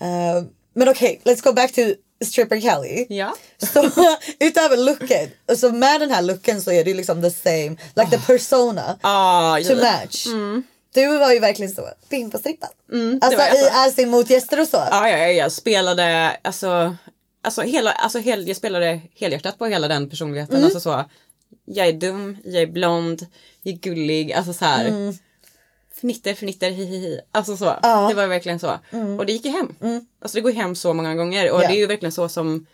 S3: Eh, men okej, let's go back to stripper Kelly.
S4: Ja.
S3: Så utöver looken, så med den här looken så är det ju liksom the same, like the persona.
S4: Ah, ja.
S3: to match. Du var ju verkligen så pimpa-strippa. alltså
S4: Mm. var jag
S3: i
S4: så.
S3: alltså mot gäster och så.
S4: Ja, ja, ja, jag spelade, alltså, alltså, hela, alltså hel, jag spelade helhjärtat på hela den personligheten.
S3: Mm.
S4: Alltså så, jag är dum, jag är blond, jag är gullig, alltså så här.
S3: Mm.
S4: Fnitter, fnitter, hi, hi, hi. Alltså så. Det var verkligen så. Och det gick ju hem. Alltså det går ju hem så många gånger. Och
S3: Mm. Ja.
S4: det är ju verkligen så som,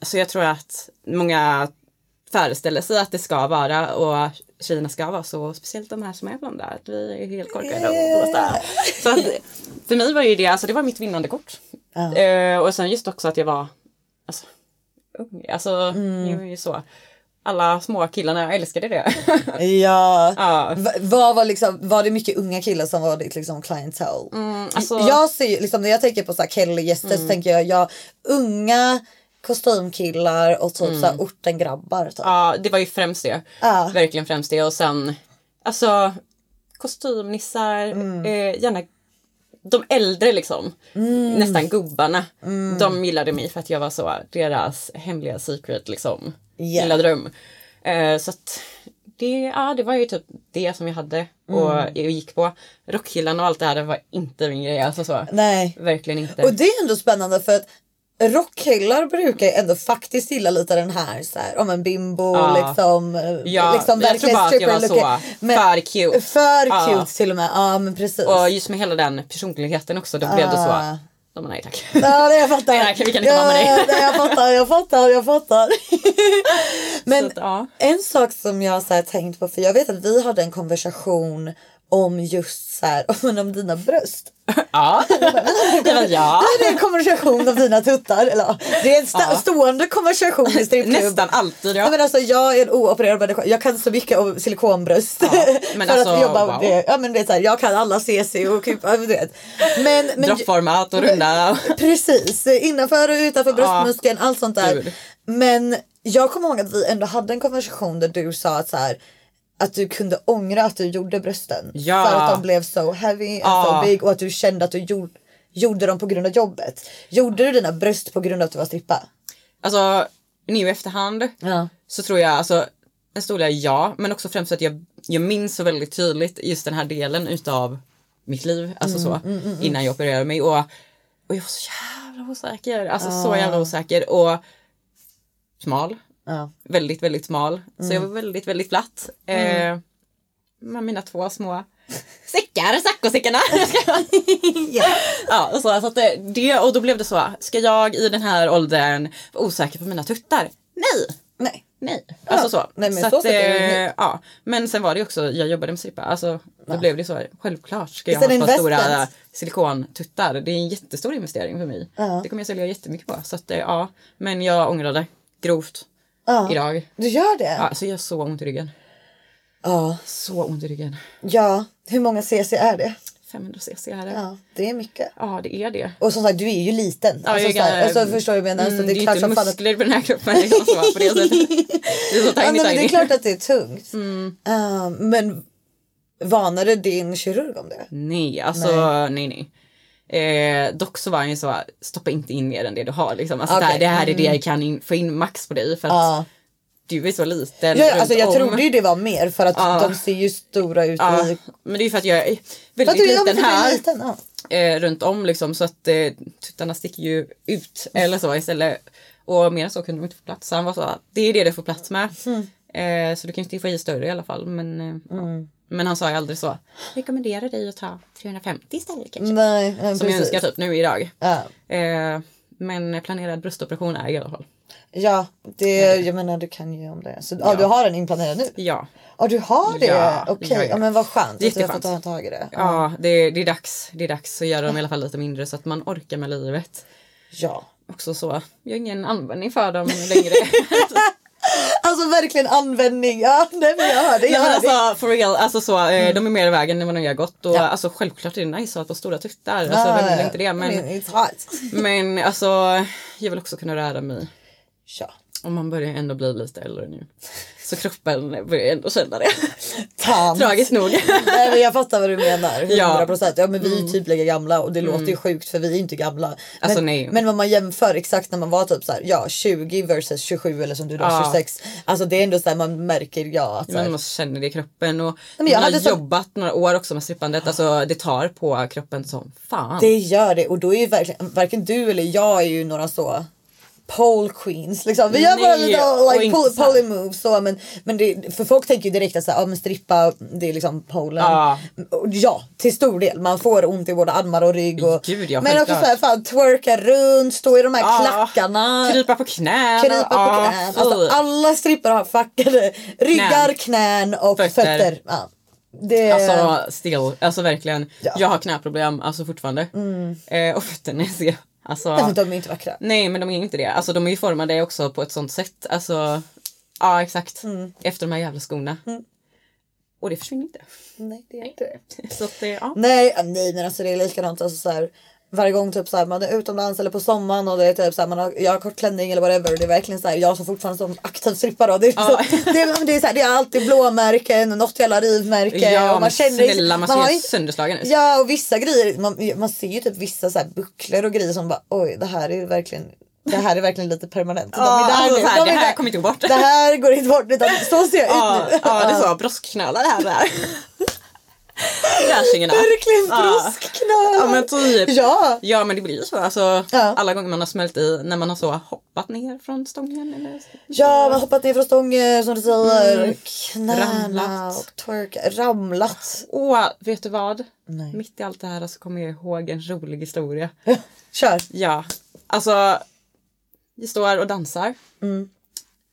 S4: alltså jag tror att många föreställer sig att det ska vara och tjejerna ska vara så, speciellt de här som är blonda, att vi är helt korkade och blåsta. Så att, för mig var ju det, alltså det var mitt vinnande kort. Eh, och sen just också att jag var alltså, ung, alltså jag är ju så. Alla små killarna älskade det.
S3: Ja.
S4: Ja.
S3: Va- Vad var, liksom, var det mycket unga killar som var ditt liksom, clientele?
S4: alltså-
S3: Jag ser ju, liksom, när jag tänker på så här, Kelly-gäster
S4: Mm.
S3: så tänker jag, ja, unga kostymkillar och typ så här, ortengrabbar. Typ.
S4: Mm. Ja, det var ju främst det.
S3: Ja.
S4: Verkligen främst det. Och sen, alltså kostymnissar,
S3: Mm.
S4: eh, gärna de äldre liksom,
S3: Mm.
S4: nästan gubbarna. De gillade mig för att jag var så deras hemliga secret liksom,
S3: Yeah.
S4: lilla dröm. Eh, så att det, ja, det var ju typ det som jag hade och
S3: Mm.
S4: jag gick på. Rockhyllan och allt det här det var inte min grej alltså så.
S3: Nej.
S4: Verkligen inte.
S3: Och det är ändå spännande för att rockhyllar brukar ju ändå faktiskt gilla lite den här så här, om en bimbo
S4: Ja.
S3: liksom. eh,
S4: Ja,
S3: liksom
S4: jag tror bara att jag var så
S3: stripper-looken.
S4: för cute.
S3: För
S4: Ja.
S3: cute till och med. Ja men precis.
S4: Och just med hela den personligheten också, då blev det
S3: Ah.
S4: så. De var nej tack.
S3: Ja, det jag fattar.
S4: Nej, vi kan inte vara med dig.
S3: Ja, nej, jag fattar, jag fattar, jag fattar. Men
S4: Så att, ja.
S3: en sak som jag så här tänkt på, för jag vet att vi hade en konversation om just så här, men om dina bröst.
S4: Ja. Eller ja.
S3: Det är en konversation om dina tuttar. Eller, ja, det är en sta- stående konversation i strippklubb.
S4: Nästan alltid
S3: Typ. Ja.
S4: ja.
S3: Men alltså, jag är en oopererad människa. Jag kan så mycket om silikonbröst.
S4: men
S3: för
S4: alltså,
S3: att jobba med
S4: wow.
S3: det. Ja, men det är så här, jag kan alla CC och kupa. Du vet. Men, men,
S4: Droppformat och runda.
S3: Precis, innanför och utanför bröstmuskeln, allt sånt där.
S4: Gud.
S3: Men jag kommer ihåg att vi ändå hade en konversation där du sa att så här, att du kunde ångra att du gjorde brösten.
S4: Ja.
S3: För att de blev så heavy and
S4: Ja.
S3: so big och att du kände att du gjorde, gjorde dem på grund av jobbet. Gjorde du dina bröst på grund av att du var strippa?
S4: Alltså nu i efterhand
S3: Ja.
S4: så tror jag alltså en stor del ja, men också främst att jag, jag minns så väldigt tydligt just den här delen utav mitt liv, alltså
S3: Mm,
S4: så innan jag opererade mig och, och jag var så jävla osäker, alltså så jävla osäker och smal,
S3: Ja. Mm.
S4: väldigt, väldigt smal. Så jag var väldigt, väldigt platt. Eh, med mina två små säckar, saccosäckarna. ja, och så, så att det, det, och då blev det så, ska jag i den här åldern vara osäker på mina tuttar? Nej!
S3: Nej.
S4: Nej, alltså så.
S3: nej, men
S4: så,
S3: så
S4: att,
S3: sätt är det ju
S4: eh,
S3: helt-
S4: ja. men sen var det ju också, jag jobbade med strippa, alltså då blev det så, här, självklart ska jag
S3: It's an
S4: ha ett par stora
S3: investment.
S4: silikontuttar. Det är en jättestor investering för mig. Det kommer jag sälja jättemycket på. Så att, eh, ja. Men jag ångrade grovt
S3: Ja.
S4: idag.
S3: Du gör det? Ja.
S4: Alltså jag har så ont i ryggen.
S3: ja.
S4: Så ont i ryggen.
S3: Hur många CC är det?
S4: 500 cc är det. Ja,
S3: Ja, det är mycket.
S4: det är det.
S3: Och som sagt, du är ju liten.
S4: Ja,
S3: alltså,
S4: jag
S3: så här,
S4: är-
S3: alltså, förstår du vad jag menar? så
S4: Mm,
S3: det är klart
S4: inte
S3: som fan att
S4: muskler på den här kroppen liksom, så, på det sättet. Det är så
S3: Ja,
S4: tiny
S3: nej, men det
S4: tiny.
S3: är klart att det är tungt.
S4: Mm.
S3: Eh, men varnade din kirurg om det?
S4: Nej, alltså nej nej. Eh, dock så var han ju så, stoppa inte in mer än det du har liksom. Alltså, det,
S3: Okej. mm.
S4: här, det här är det jag kan in, få in max på dig för att
S3: Ja.
S4: du är så liten.
S3: Jag,
S4: runt
S3: alltså, jag
S4: om.
S3: trodde ju det var mer för att
S4: Ja.
S3: de ser ju stora ut.
S4: Ja,
S3: I,
S4: men det är ju för att jag är
S3: för att
S4: väldigt
S3: du, ja, men
S4: liten
S3: för att du är
S4: här
S3: liten. Ja.
S4: eh, runt om liksom så att eh, tuttarna sticker ju ut eller så istället. Och mer än så kunde de inte få plats. Så han var så, det är det du får plats med. Eh, så du kan ju inte få i större i alla fall. Men, eh, ja. men han sa ju aldrig så. Rekommenderar dig att ta 350 istället kanske.
S3: Nej, nej,
S4: Som jag
S3: precis.
S4: önskar typ nu idag.
S3: Ja.
S4: Eh, men planerad bröstoperation är i alla fall.
S3: Ja, det, jag menar du kan ju om det. Så, ja. du har den implanterad nu?
S4: Ja,
S3: Ja, du har det?
S4: Ja,
S3: Okej,
S4: ja,
S3: ja,
S4: ja.
S3: men vad skönt att du har fått
S4: Jätteskönt.
S3: ta tag i det.
S4: ja det, det, är dags, det är dags att göra dem i alla fall lite mindre så att man orkar med livet.
S3: Ja.
S4: Också så, jag har ingen användning för dem längre.
S3: Alltså verkligen användning. Ja, nej, men jag hör det.
S4: Nej,
S3: Jag
S4: men
S3: hör det. Mm.
S4: alltså for real, alltså så, eh, de är mer i vägen än vad de har gått och alltså, självklart är det nice att ha stora tuttar. Alltså,
S3: Ja,
S4: vem vill
S3: ja.
S4: inte det?
S3: I mean,
S4: Men,
S3: it's hot.
S4: men alltså jag vill också kunna röra mig.
S3: Ja.
S4: Och man börjar ändå bli lite äldre nu. Så kroppen börjar ändå känna det.
S3: Tant.
S4: Tragiskt nog.
S3: Nej, men jag fattar vad du menar. 100 procent. Ja. men vi är ju typ lika gamla och det låter ju sjukt för vi är ju inte gamla. Men,
S4: Mm. Alltså, nej.
S3: men vad man jämför exakt när man var typ så här, ja 20 versus 27 eller som du då
S4: Ja.
S3: 26. Alltså det är ändå så här man märker ja att så här,
S4: Man måste känna det i kroppen och
S3: men jag
S4: man har
S3: hade så-
S4: jobbat några år också med strippandet. Alltså det tar på kroppen som fan.
S3: det gör det och då är ju verkligen varken du eller jag är ju några så pole queens liksom. Vi gör bara
S4: Nej,
S3: lite
S4: och
S3: like,
S4: inte
S3: pole,
S4: så här.
S3: poly moves så men, men det, för folk tänker ju direkt att så här, ja, men strippa det är liksom polen.
S4: Ja.
S3: Och Ja till stor del man får ont i både armar och rygg och
S4: Gud, ja,
S3: men också
S4: självklart.
S3: så här, fan twerka runt, stå i de här
S4: Ah,
S3: klackarna.
S4: Krypa på knäna.
S3: Krypa på
S4: ah,
S3: knän.
S4: fy.
S3: Alltså, alla strippor har fuckade ryggar, knän och fötter.
S4: Fötter.
S3: Ja. Det,
S4: Alltså still, alltså verkligen.
S3: Eh, Ja. Mm.
S4: Jag har knäproblem alltså fortfarande. Eh, och fötterna ser jag. Alltså,
S3: därför de är inte vackra.
S4: Nej men de är inte det. Alltså de är ju formade också på ett sånt sätt. Alltså ja exakt.
S3: Mm.
S4: Efter de här jävla skorna. Och det försvinner inte.
S3: Nej, det är inte det.
S4: Så att det, ja.
S3: Nej, ah, nej men alltså det är likadant. Alltså, så här, varje gång typ så här, man är utomlands eller på sommaren och det är typ så här, man har, jag har kort klänning eller whatever. Det är verkligen så här, jag som fortfarande som aktiv strippa då. Det är, så, det, är- liksom, det, är så här, det är alltid blåmärken och något jävla rivmärke.
S4: Ja
S3: och
S4: men
S3: känner-
S4: snälla man
S3: har
S4: ser ju
S3: inte-
S4: sönderslagen ut.
S3: Ja och vissa grejer, man, man ser ju typ vissa så här bucklor och grejer som bara oj det här är verkligen det här är verkligen lite permanent.
S4: Ja,
S3: är där
S4: alltså
S3: nu.
S4: så här,
S3: De är
S4: det här
S3: där.
S4: kommer inte gå bort.
S3: Det här går inte bort utan så ser jag
S4: Ja,
S3: ut nu.
S4: ja det är så broskknölar det här. Det här. Fräschingarna.
S3: Verkligen
S4: Ja.
S3: broskknölar.
S4: Ja men typ.
S3: Ja.
S4: Ja, men det blir ju så. Alltså,
S3: Ja.
S4: Alla gånger man har smält i när man har så hoppat ner från stången. Eller så.
S3: Ja, man har hoppat ner från stången som du säger. Knäna
S4: Ramlat.
S3: och twerk. Ramlat.
S4: Åh, vet du vad?
S3: Nej.
S4: Mitt i allt det här så kommer jag ihåg en rolig historia.
S3: Kör.
S4: Ja, alltså. Jag står och dansar.
S3: Mm.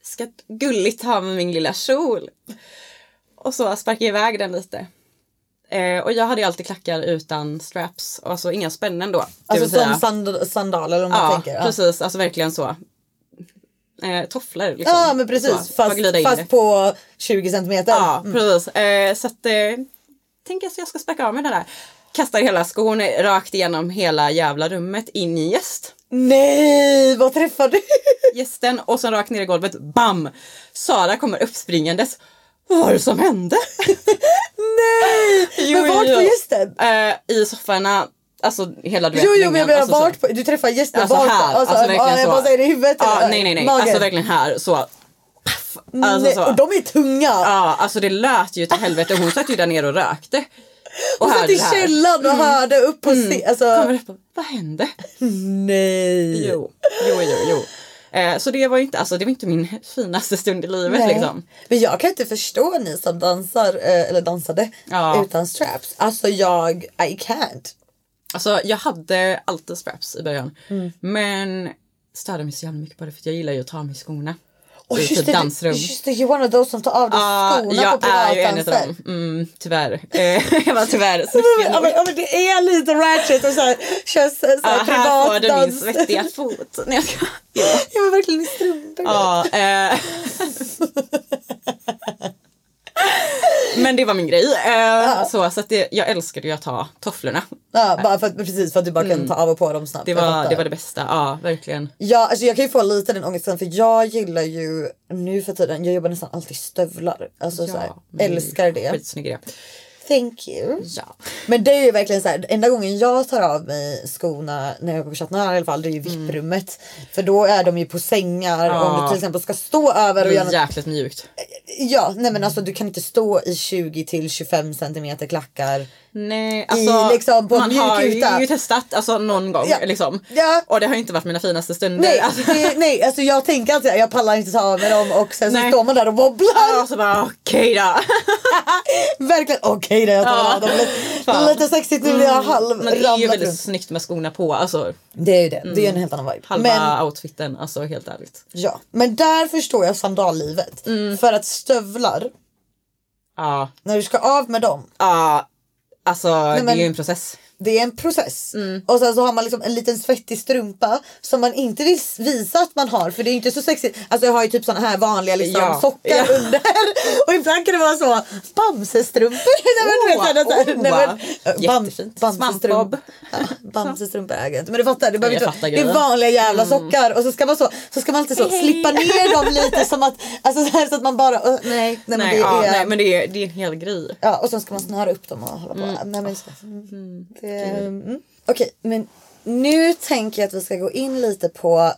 S4: Ska gulligt ha med min lilla kjol. Och så sparkar jag iväg den lite. Eh, och jag hade ju alltid klackar utan straps, alltså inga spännen då. det
S3: Alltså
S4: vill säga.
S3: som sand- sandaler eller om man
S4: Ja,
S3: tänker. Ja.
S4: precis. Alltså verkligen så. Eh, tofflor liksom.
S3: Ja men precis,
S4: Så, bara
S3: fast,
S4: glida in i.
S3: fast på Mm. 20 centimeter.
S4: Ja, precis. Eh, så att, eh, tänker jag så jag ska späcka av mig den där. Kastar hela skon rakt igenom hela jävla rummet in i gäst.
S3: Nej, vad träffar du?
S4: gästen och sen rakt ner i golvet. Bam! Sara kommer uppspringandes. Vad var det som hände?
S3: Nej!
S4: Jo,
S3: men vart
S4: jo.
S3: på gästen?
S4: Eh, I sofforna, alltså hela du vet,
S3: Jo, jo men jag
S4: dängan,
S3: menar
S4: alltså så.
S3: vart på, du träffar gästen
S4: Alltså
S3: vart på-
S4: här, alltså,
S3: ja,
S4: verkligen
S3: jag
S4: så.
S3: bara säger det i huvudet.
S4: Ja,
S3: eller?
S4: nej nej nej,
S3: Magen.
S4: alltså verkligen här så. Paff! Alltså
S3: Nej,
S4: så.
S3: Och de är tunga.
S4: Ja, alltså det lät ju till helvete. Hon satt ju där nere och rökte. Och,
S3: Hon satt
S4: hörde
S3: i
S4: det här.
S3: källaren och hörde upp på mm. alltså,
S4: Kommer upp och, Vad hände?
S3: Nej.
S4: Jo, jo, jo, jo. Eh, så det var ju inte, alltså det var inte min finaste stund i livet
S3: Nej.
S4: liksom.
S3: Men jag kan inte förstå ni som dansar eh, eller dansade
S4: Ja.
S3: utan straps. Alltså jag, I can't.
S4: Alltså jag hade alltid straps i början.
S3: Mm.
S4: Men störde mig så jävla mycket på det för att jag gillar ju att ta av mig skorna.
S3: Och
S4: I typ dansrum. Ah,
S3: Just det, you're one of those som tar av dig
S4: Ja,
S3: skorna på
S4: jag är ju en av
S3: privatdanser.
S4: dem. Mm, tyvärr. Eh, jag var tyvärr
S3: Ja,
S4: snuskig
S3: men,
S4: nog.
S3: ja, men det är lite ratchet och så här, kör så här,
S4: Ja, Ah, här får du min
S3: privatdans.
S4: svettiga fot. Nej, jag ska...
S3: Jag var verkligen i strumpor.
S4: Ja, eh. Men det var min grej. Eh, Så, så att det, jag älskade ju att ta tofflorna.
S3: Ja, bara för att, precis för att du bara kan ta av och på dem snabbt.
S4: Mm. Det
S3: Jag
S4: var
S3: fattar.
S4: det, var det bästa. Ja, verkligen.
S3: Ja, alltså jag kan ju få lite den ångesten för jag gillar ju nu för tiden, jag jobbar nästan alltid i stövlar. Alltså så här,
S4: Ja, men är ju
S3: älskar det.
S4: Skitsnygg grej.
S3: Thank you.
S4: Ja.
S3: Men det är ju verkligen så här, enda gången jag tar av mig skorna när jag är på Chatnar i alla fall, det är ju
S4: Mm.
S3: VIP-rummet. För då är de ju på sängar och om du till exempel ska stå över och
S4: Det
S3: göra
S4: var
S3: något.
S4: jäkligt mjukt.
S3: Ja, nej men alltså du kan inte stå i 20 till 25 centimeter klackar.
S4: Nej, alltså,
S3: liksom, på en
S4: man
S3: mjuk
S4: har
S3: yta.
S4: ju testat alltså, någon gång.
S3: Ja.
S4: Liksom.
S3: Ja.
S4: Och det har inte varit mina finaste stunder.
S3: Nej,
S4: Alltså,
S3: det, nej alltså jag tänker att jag pallar inte ta av mig dem och sen så
S4: Nej.
S3: står man där och wobblar.
S4: och så bara okej då.
S3: Verkligen okej okay, jag tar
S4: Ja,
S3: av dem.
S4: fan. Mm.
S3: Lite, lite sexigt nu när jag halv
S4: Men det är ju
S3: ramlat
S4: väldigt
S3: runt.
S4: snyggt med skorna på. Alltså,
S3: Det är ju det, det är ju en helt annan vibe.
S4: halva
S3: Men,
S4: outfiten, alltså helt ärligt.
S3: ja. Men där förstår jag sandallivet. För att stövlar,
S4: Ja,
S3: när du ska av med dem,
S4: ja alltså det är
S3: men-
S4: ju en process.
S3: det är en process.
S4: Mm.
S3: Och sen så har man liksom en liten svettig strumpa som man inte vill visa att man har för det är ju inte så sexigt. Alltså jag har ju typ såna här vanliga liksom,
S4: Ja.
S3: sockar
S4: Ja.
S3: under och ibland kan det vara så Bamsestrumpor. Nej, men, du vet, så här,
S4: Åh,
S3: nej, men,
S4: åh.
S3: eh, bam-
S4: Jättefint.
S3: Bamsestrump-
S4: Svampbob.
S3: Ja, Bamsestrumpor äger jag inte men du fattar. Det, behöver
S4: Jag
S3: inte,
S4: fattar
S3: vara- det är
S4: grejen. Mm.
S3: vanliga jävla sockar och så ska man så, så ska man alltid så slippa ner dem lite som att alltså, så, här, så att man bara eh, nej, nej, men
S4: Nej,
S3: det
S4: ja,
S3: är,
S4: nej men det är, det är en hel grej.
S3: Ja, och sen ska man snöra upp dem och hålla på.
S4: Mm.
S3: Nej, men, så. Det, mm. Okej, men nu tänker jag att vi ska gå in lite på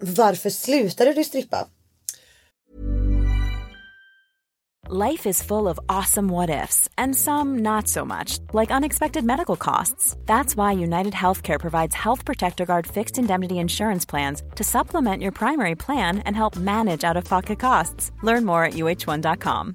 S3: varför slutade du strippa?
S6: Life is full of awesome what ifs, and some not so much, like unexpected medical costs. That's why United Healthcare provides Health Protector Guard fixed indemnity insurance plans to supplement your primary plan and help manage out of pocket costs. Learn more at uh1.com.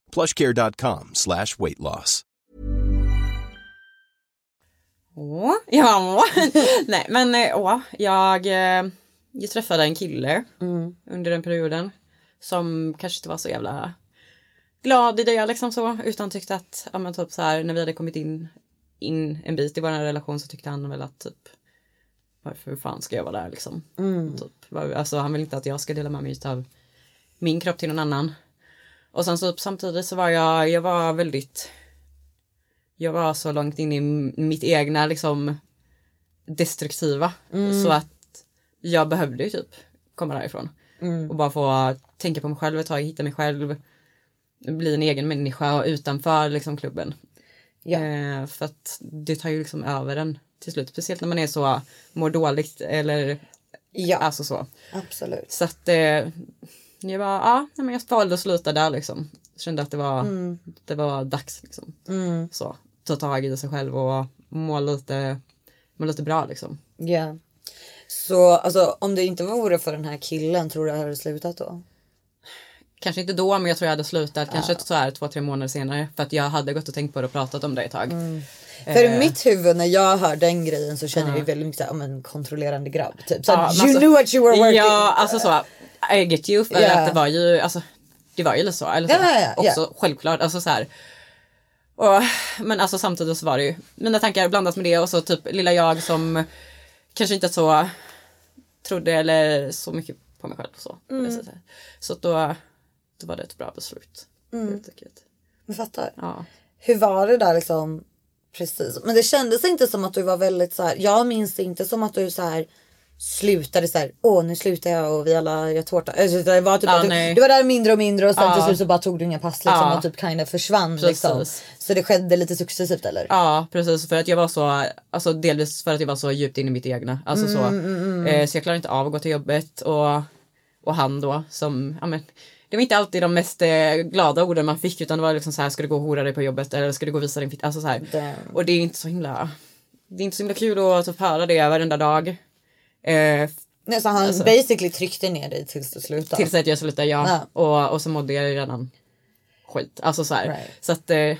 S5: plushcare.com slash weight loss.
S4: Åh, ja, åh. nej men eh, åh, jag, eh, jag träffade en kille under den perioden som kanske inte var så jävla glad i det liksom så utan tyckte att ja, men typ så här, när vi hade kommit in, in en bit i vår relation så tyckte han väl att typ varför fan ska jag vara där liksom. Typ, var- alltså, han vill inte att jag ska dela med mig av min kropp till någon annan. Och sen så typ, samtidigt så var jag, jag var väldigt jag var så långt in i m- mitt egna liksom destruktiva så att jag behövde ju typ komma därifrån och bara få tänka på mig själv ett tag, hitta mig själv, bli en egen människa utanför liksom klubben. Eh, för att det tar ju liksom över en till slut, speciellt när man är så mår dåligt eller
S3: Ja,
S4: alltså så.
S3: absolut.
S4: Så att eh, jag bara, ja, nej, men jag valde att sluta där liksom. Kände att det var, det var dags liksom. Så, ta tag i sig själv och må lite, må lite bra liksom.
S3: Ja. Så alltså, om det inte vore för den här killen, tror du att det hade slutat då?
S4: Kanske inte då men jag tror jag hade slutat kanske så här två tre månader senare för att jag hade gått och tänkt på det och pratat om det ett tag.
S3: För
S4: Eh.
S3: i mitt huvud när jag hör den grejen så känner jag ju väldigt mycket så här, om en kontrollerande grabb. Typ. Så
S4: Ja,
S3: att,
S4: men
S3: you
S4: alltså-
S3: knew what you were working
S4: Ja, alltså så. I get you. För
S3: Ja.
S4: att det var ju, alltså, det var ju lite så. Eller så.
S3: Ja, ja, ja.
S4: Också självklart. Alltså så här. Och, men alltså samtidigt så var det ju mina tankar blandat med det och så typ lilla jag som kanske inte så trodde eller så mycket på mig själv. Så, mm. så att då, då var det ett bra beslut.
S3: Mm.
S4: helt enkelt.
S3: Jag fattar.
S4: Ja.
S3: Hur var det där liksom? Precis. Men det kändes inte som att du var väldigt så här. Jag minns det inte som att du så här slutade så här. Åh, nu slutar jag och vi alla gör tårta. Alltså, det var typ
S4: Ja,
S3: att du,
S4: nej.
S3: du var där mindre och mindre och sen till slut så bara tog du inga pass liksom
S4: Ja.
S3: och typ kind of försvann liksom.
S4: Precis.
S3: Så det skedde lite successivt eller?
S4: Ja precis för att jag var så, alltså delvis för att jag var så djupt inne i mitt egna. Alltså så, Eh, så jag klarade inte av att gå till jobbet och, och han då som, ja men det var inte alltid de mest eh, glada orden man fick utan det var liksom så här ska du gå och hora dig på jobbet eller ska du gå och visa din fitta, alltså så här.
S3: Damn.
S4: Och det är inte så himla, det är inte så himla kul att typ höra det varenda dag. Eh,
S3: Nej, så han basically tryckte ner dig tills du slutade.
S4: tills att jag slutade ja.
S3: Ja.
S4: Och, och så mådde jag ju redan skit. Alltså så här.
S3: Right.
S4: Så att eh,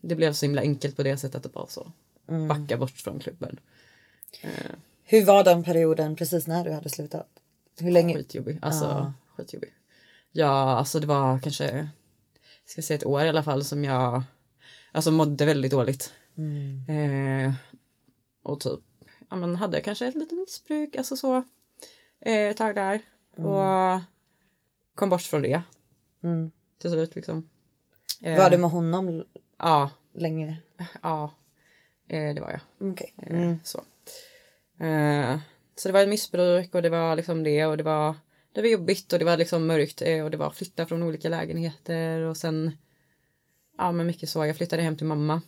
S4: det blev så himla enkelt på det sättet att bara så backa bort från klubben.
S3: Hur var den perioden precis när du hade slutat? Hur länge?
S4: Skitjobbig. Alltså skitjobbig. Ja, alltså det var kanske, ska jag säga ett år i alla fall som jag alltså mådde väldigt dåligt. Eh, och typ, ja men hade kanske ett litet missbruk, alltså så. Eh, ett tag där. Och kom bort från det. Till slut liksom. Eh,
S3: Var du med honom l-
S4: Ja,
S3: länge?
S4: ja. Eh, det var jag.
S3: Okej.
S4: Eh, Så. Eh, så det var ett missbruk och det var liksom det och det var, det var jobbigt och det var liksom mörkt eh, och det var flytta från olika lägenheter och sen ja men mycket så. Jag flyttade hem till mamma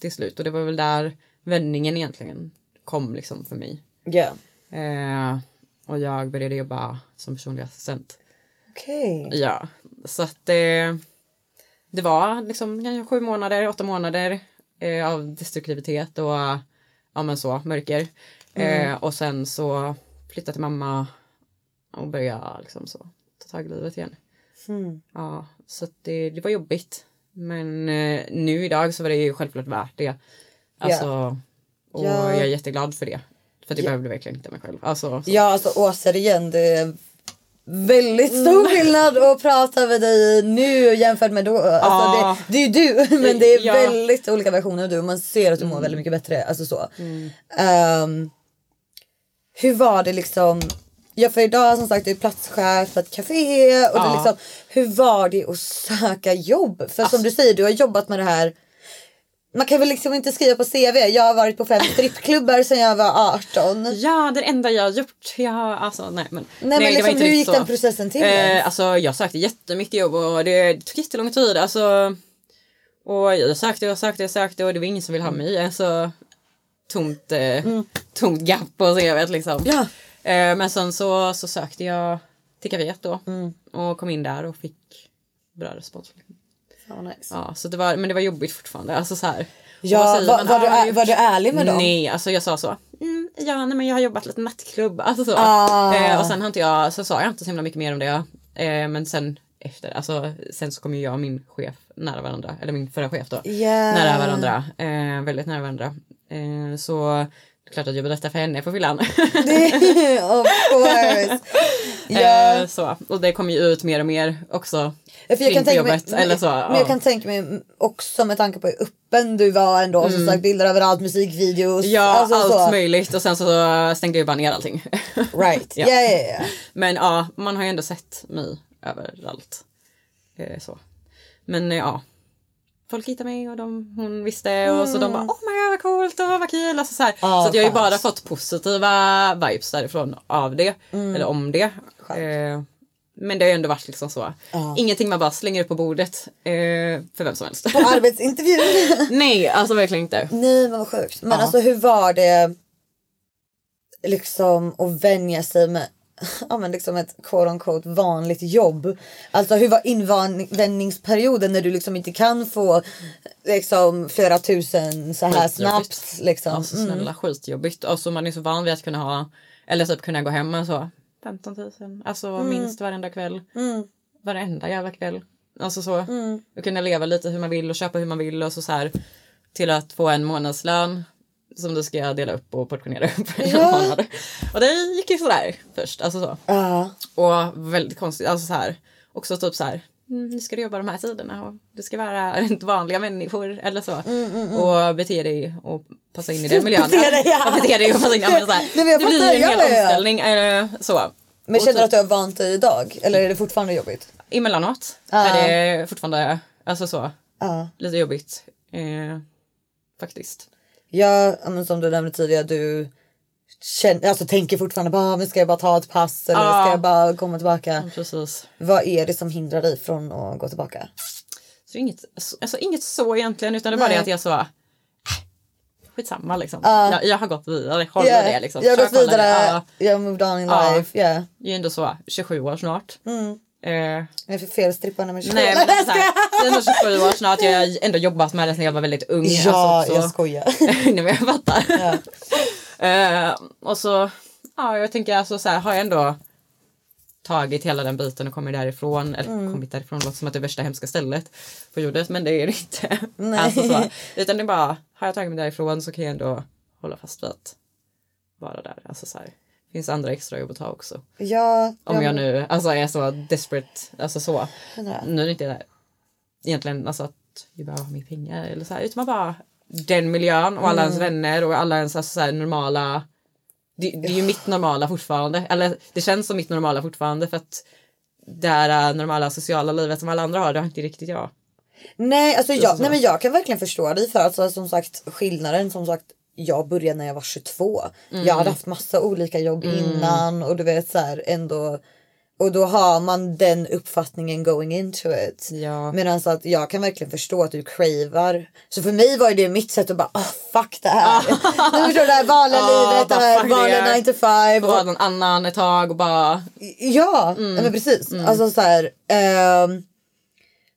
S4: till slut och det var väl där vändningen egentligen kom liksom för mig.
S3: Ja.
S4: Eh, och jag började jobba som personlig assistent.
S3: Okej.
S4: Ja, så att eh, det var liksom kanske sju månader, åtta månader eh, av destruktivitet och eh, ja men så, mörker.
S3: Mm.
S4: Eh, och sen så flyttade till mamma och började liksom så ta tag i livet igen.
S3: Mm.
S4: Ja, så att det, det var jobbigt. Men eh, nu idag så var det ju självklart värt det. Alltså, och
S3: Ja.
S4: jag är jätteglad för det. För att jag behövde verkligen inte mig själv. Alltså, så.
S3: Ja, alltså återigen, det är väldigt
S4: Mm.
S3: stor skillnad att prata med dig nu jämfört med då. Alltså,
S4: Ja.
S3: det, det är ju du, men det är
S4: Ja. Mm.
S3: väldigt olika versioner av du. Man ser att du mår väldigt mycket bättre. Alltså så. Ehm, hur var det liksom? Ja, för idag som sagt, du är platschef på ett café. Och det
S4: Ja. Alltså-
S3: liksom, hur var det att söka jobb? För som du säger, du har jobbat med det här. Man kan väl liksom inte skriva på CV. Jag har varit på fem strippklubbar sedan jag var 18.
S4: Ja, det är det enda jag har gjort. Jag har, alltså, nej, men,
S3: men
S4: det
S3: liksom,
S4: var inte
S3: hur
S4: riktigt
S3: gick
S4: så.
S3: den processen till ens?
S4: Eh, alltså, jag sökte jättemycket jobb och det, det tog jättelång tid. Alltså, och jag sökte och sökte och sökte och det var ingen som ville ha
S3: Mm.
S4: mig. Alltså, tomt, eh, tomt gap på CVt liksom.
S3: Ja.
S4: Eh, men sen så, så sökte jag till kaféet då
S3: Mm.
S4: och kom in där och fick bra respons.
S3: Fan, vad nice.
S4: Ja, så det var, men det var jobbigt fortfarande. Alltså, så här. Och vad
S3: Ja,
S4: säger
S3: var,
S4: man?
S3: var, du,
S4: Ah, jag har
S3: är,
S4: gjort
S3: var du ärlig med dem?
S4: Nej, alltså jag sa så. Mm, ja, nej, men jag har jobbat lite nattklubb. Alltså så.
S3: Ah.
S4: Eh, och sen har inte jag, så sa jag inte så himla mycket mer om det. Eh, men sen efter, alltså sen så kom ju jag och min chef nära varandra, eller min förra chef då.
S3: Yeah.
S4: Nära varandra, eh, väldigt nära varandra. Eh, så det är klart att jag berättar för henne på fyllan.
S3: of course. Ja.
S4: eh, så. Och det kom ju ut mer och mer också.
S3: För jag
S4: kring
S3: kan
S4: på
S3: tänka mig,
S4: jobbet, eller så.
S3: men jag kan tänka mig också med tanke på hur öppen du var ändå. Som sagt, bilder överallt, musikvideos.
S4: Mm. Ja,
S3: alltså
S4: allt
S3: så.
S4: möjligt och sen så stängde jag ju bara ner allting.
S3: Right. Ja,
S4: Ja.
S3: ja, ja.
S4: Men ja, man har ju ändå sett mig överallt. Eh, så. Men eh, ja, folk hittade mig och de, hon visste och så de bara oh my god vad coolt och vad kul. Alltså, så här.
S3: Ja,
S4: så att jag har
S3: skönt.
S4: ju bara fått positiva vibes därifrån av det. Eller om det. Eh, men det har ju ändå varit liksom så. Ingenting man bara slänger upp på bordet eh, för vem som helst.
S3: På arbetsintervjun.
S4: Nej, alltså verkligen inte.
S3: Nej, men vad sjukt. Men alltså hur var det liksom att vänja sig med ja, men liksom ett quote unquote vanligt jobb. Alltså hur var invändningsperioden när du liksom inte kan få liksom flera tusen så här
S4: Skitjobbigt.
S3: snabbt liksom.
S4: Alltså
S3: Mm.
S4: snälla skitjobbigt. Alltså man är så van vid att kunna ha, eller typ kunna gå hem med så Mm. 15 000. Alltså minst varenda kväll. Varenda jävla kväll. Alltså så. Och kunna leva lite hur man vill och köpa hur man vill och så, så här. Till att få en månadslön som du ska dela upp och portionera upp i en månad. Och det gick ju sådär först. Alltså så.
S3: Ja.
S4: Och väldigt konstigt, alltså så här. Också typ så här. "Mm, Nu ska du jobba de här tiderna och du ska vara runt vanliga människor eller så. Och bete dig och passa in i den miljön.
S3: Mm, Bete dig, ja.
S4: Och bete dig och passa in i ja, men så här.
S3: Nej, men jag
S4: Det blir
S3: fattar,
S4: ju en
S3: jag
S4: hel
S3: gör det.
S4: omställning. eh, Så.
S3: Men
S4: Och
S3: känner du
S4: typ-
S3: att du har vant dig idag eller är det fortfarande jobbigt?
S4: Emellanåt
S3: Ja.
S4: är det fortfarande alltså så,
S3: Ja.
S4: lite jobbigt. Eh, faktiskt.
S3: Ja, ja, men som du nämnde tidigare, du känner, alltså, tänker fortfarande bara, "Ah, men ska jag bara ta ett pass eller
S4: Ja. Mm.
S3: ska jag bara komma tillbaka?
S4: Precis.
S3: Vad är det som hindrar dig från att gå tillbaka?
S4: Så inget, alltså, inget så egentligen utan det är bara det att jag så äh, skitsamma liksom. Jag, jag har gått vidare, håller
S3: Yeah,
S4: det liksom.
S3: Jag har
S4: Försök
S3: gått
S4: hålla det.
S3: vidare,
S4: Ja.
S3: jag har moved on in
S4: Ja.
S3: life. Yeah.
S4: Jag är ändå så 27 år snart.
S3: Mm.
S4: Eh,
S3: Jag är för fel strippa när man kör.
S4: nej men så här, jag är ändå 27 år snart. Jag har ändå jobbat med det sedan jag var väldigt ung.
S3: Ja,
S4: alltså,
S3: jag
S4: så,
S3: skojar.
S4: nej men jag fattar. eh, och så, ja jag tänker alltså så här, har jag ändå tagit hela den biten och kommit därifrån. Eller
S3: Mm.
S4: kommit därifrån låter som att det är värsta hemska stället på jorden men det är det inte. Alltså så, utan det är bara, har jag tagit mig därifrån så kan jag ändå hålla fast vid att vara där. Alltså så här, det finns andra extra jobb att ta också.
S3: Ja,
S4: Om
S3: ja,
S4: jag nu alltså, är så desperate, alltså så. Nu är det inte det egentligen alltså, att jag behöver ha mer pengar eller så här, utan man bara den miljön och alla ens vänner och alla ens alltså, så här, normala. Det, det är ju mitt normala fortfarande, eller det känns som mitt normala fortfarande för att det här eh, normala sociala livet som alla andra har, det har inte riktigt jag.
S3: Nej, alltså jag,
S4: Just
S3: nej
S4: det.
S3: men jag kan verkligen förstå dig för alltså, som sagt skillnaden som sagt jag började när jag var 22. Jag
S4: Mm.
S3: hade haft massa olika jobb innan och du vet så här ändå och då har man den uppfattningen going into it.
S4: Ja.
S3: Medan så att jag kan verkligen förstå att du cravar. Så för mig var ju det mitt sätt att bara ah fuck det här. nu förstår du det här vanliga
S4: Ah,
S3: livet, det
S4: bara
S3: här
S4: fuck det
S3: vanliga
S4: här.
S3: 9 to 5.
S4: Och vara någon annan ett tag och bara
S3: Ja,
S4: Mm.
S3: nej, men precis. Alltså så här. ehm,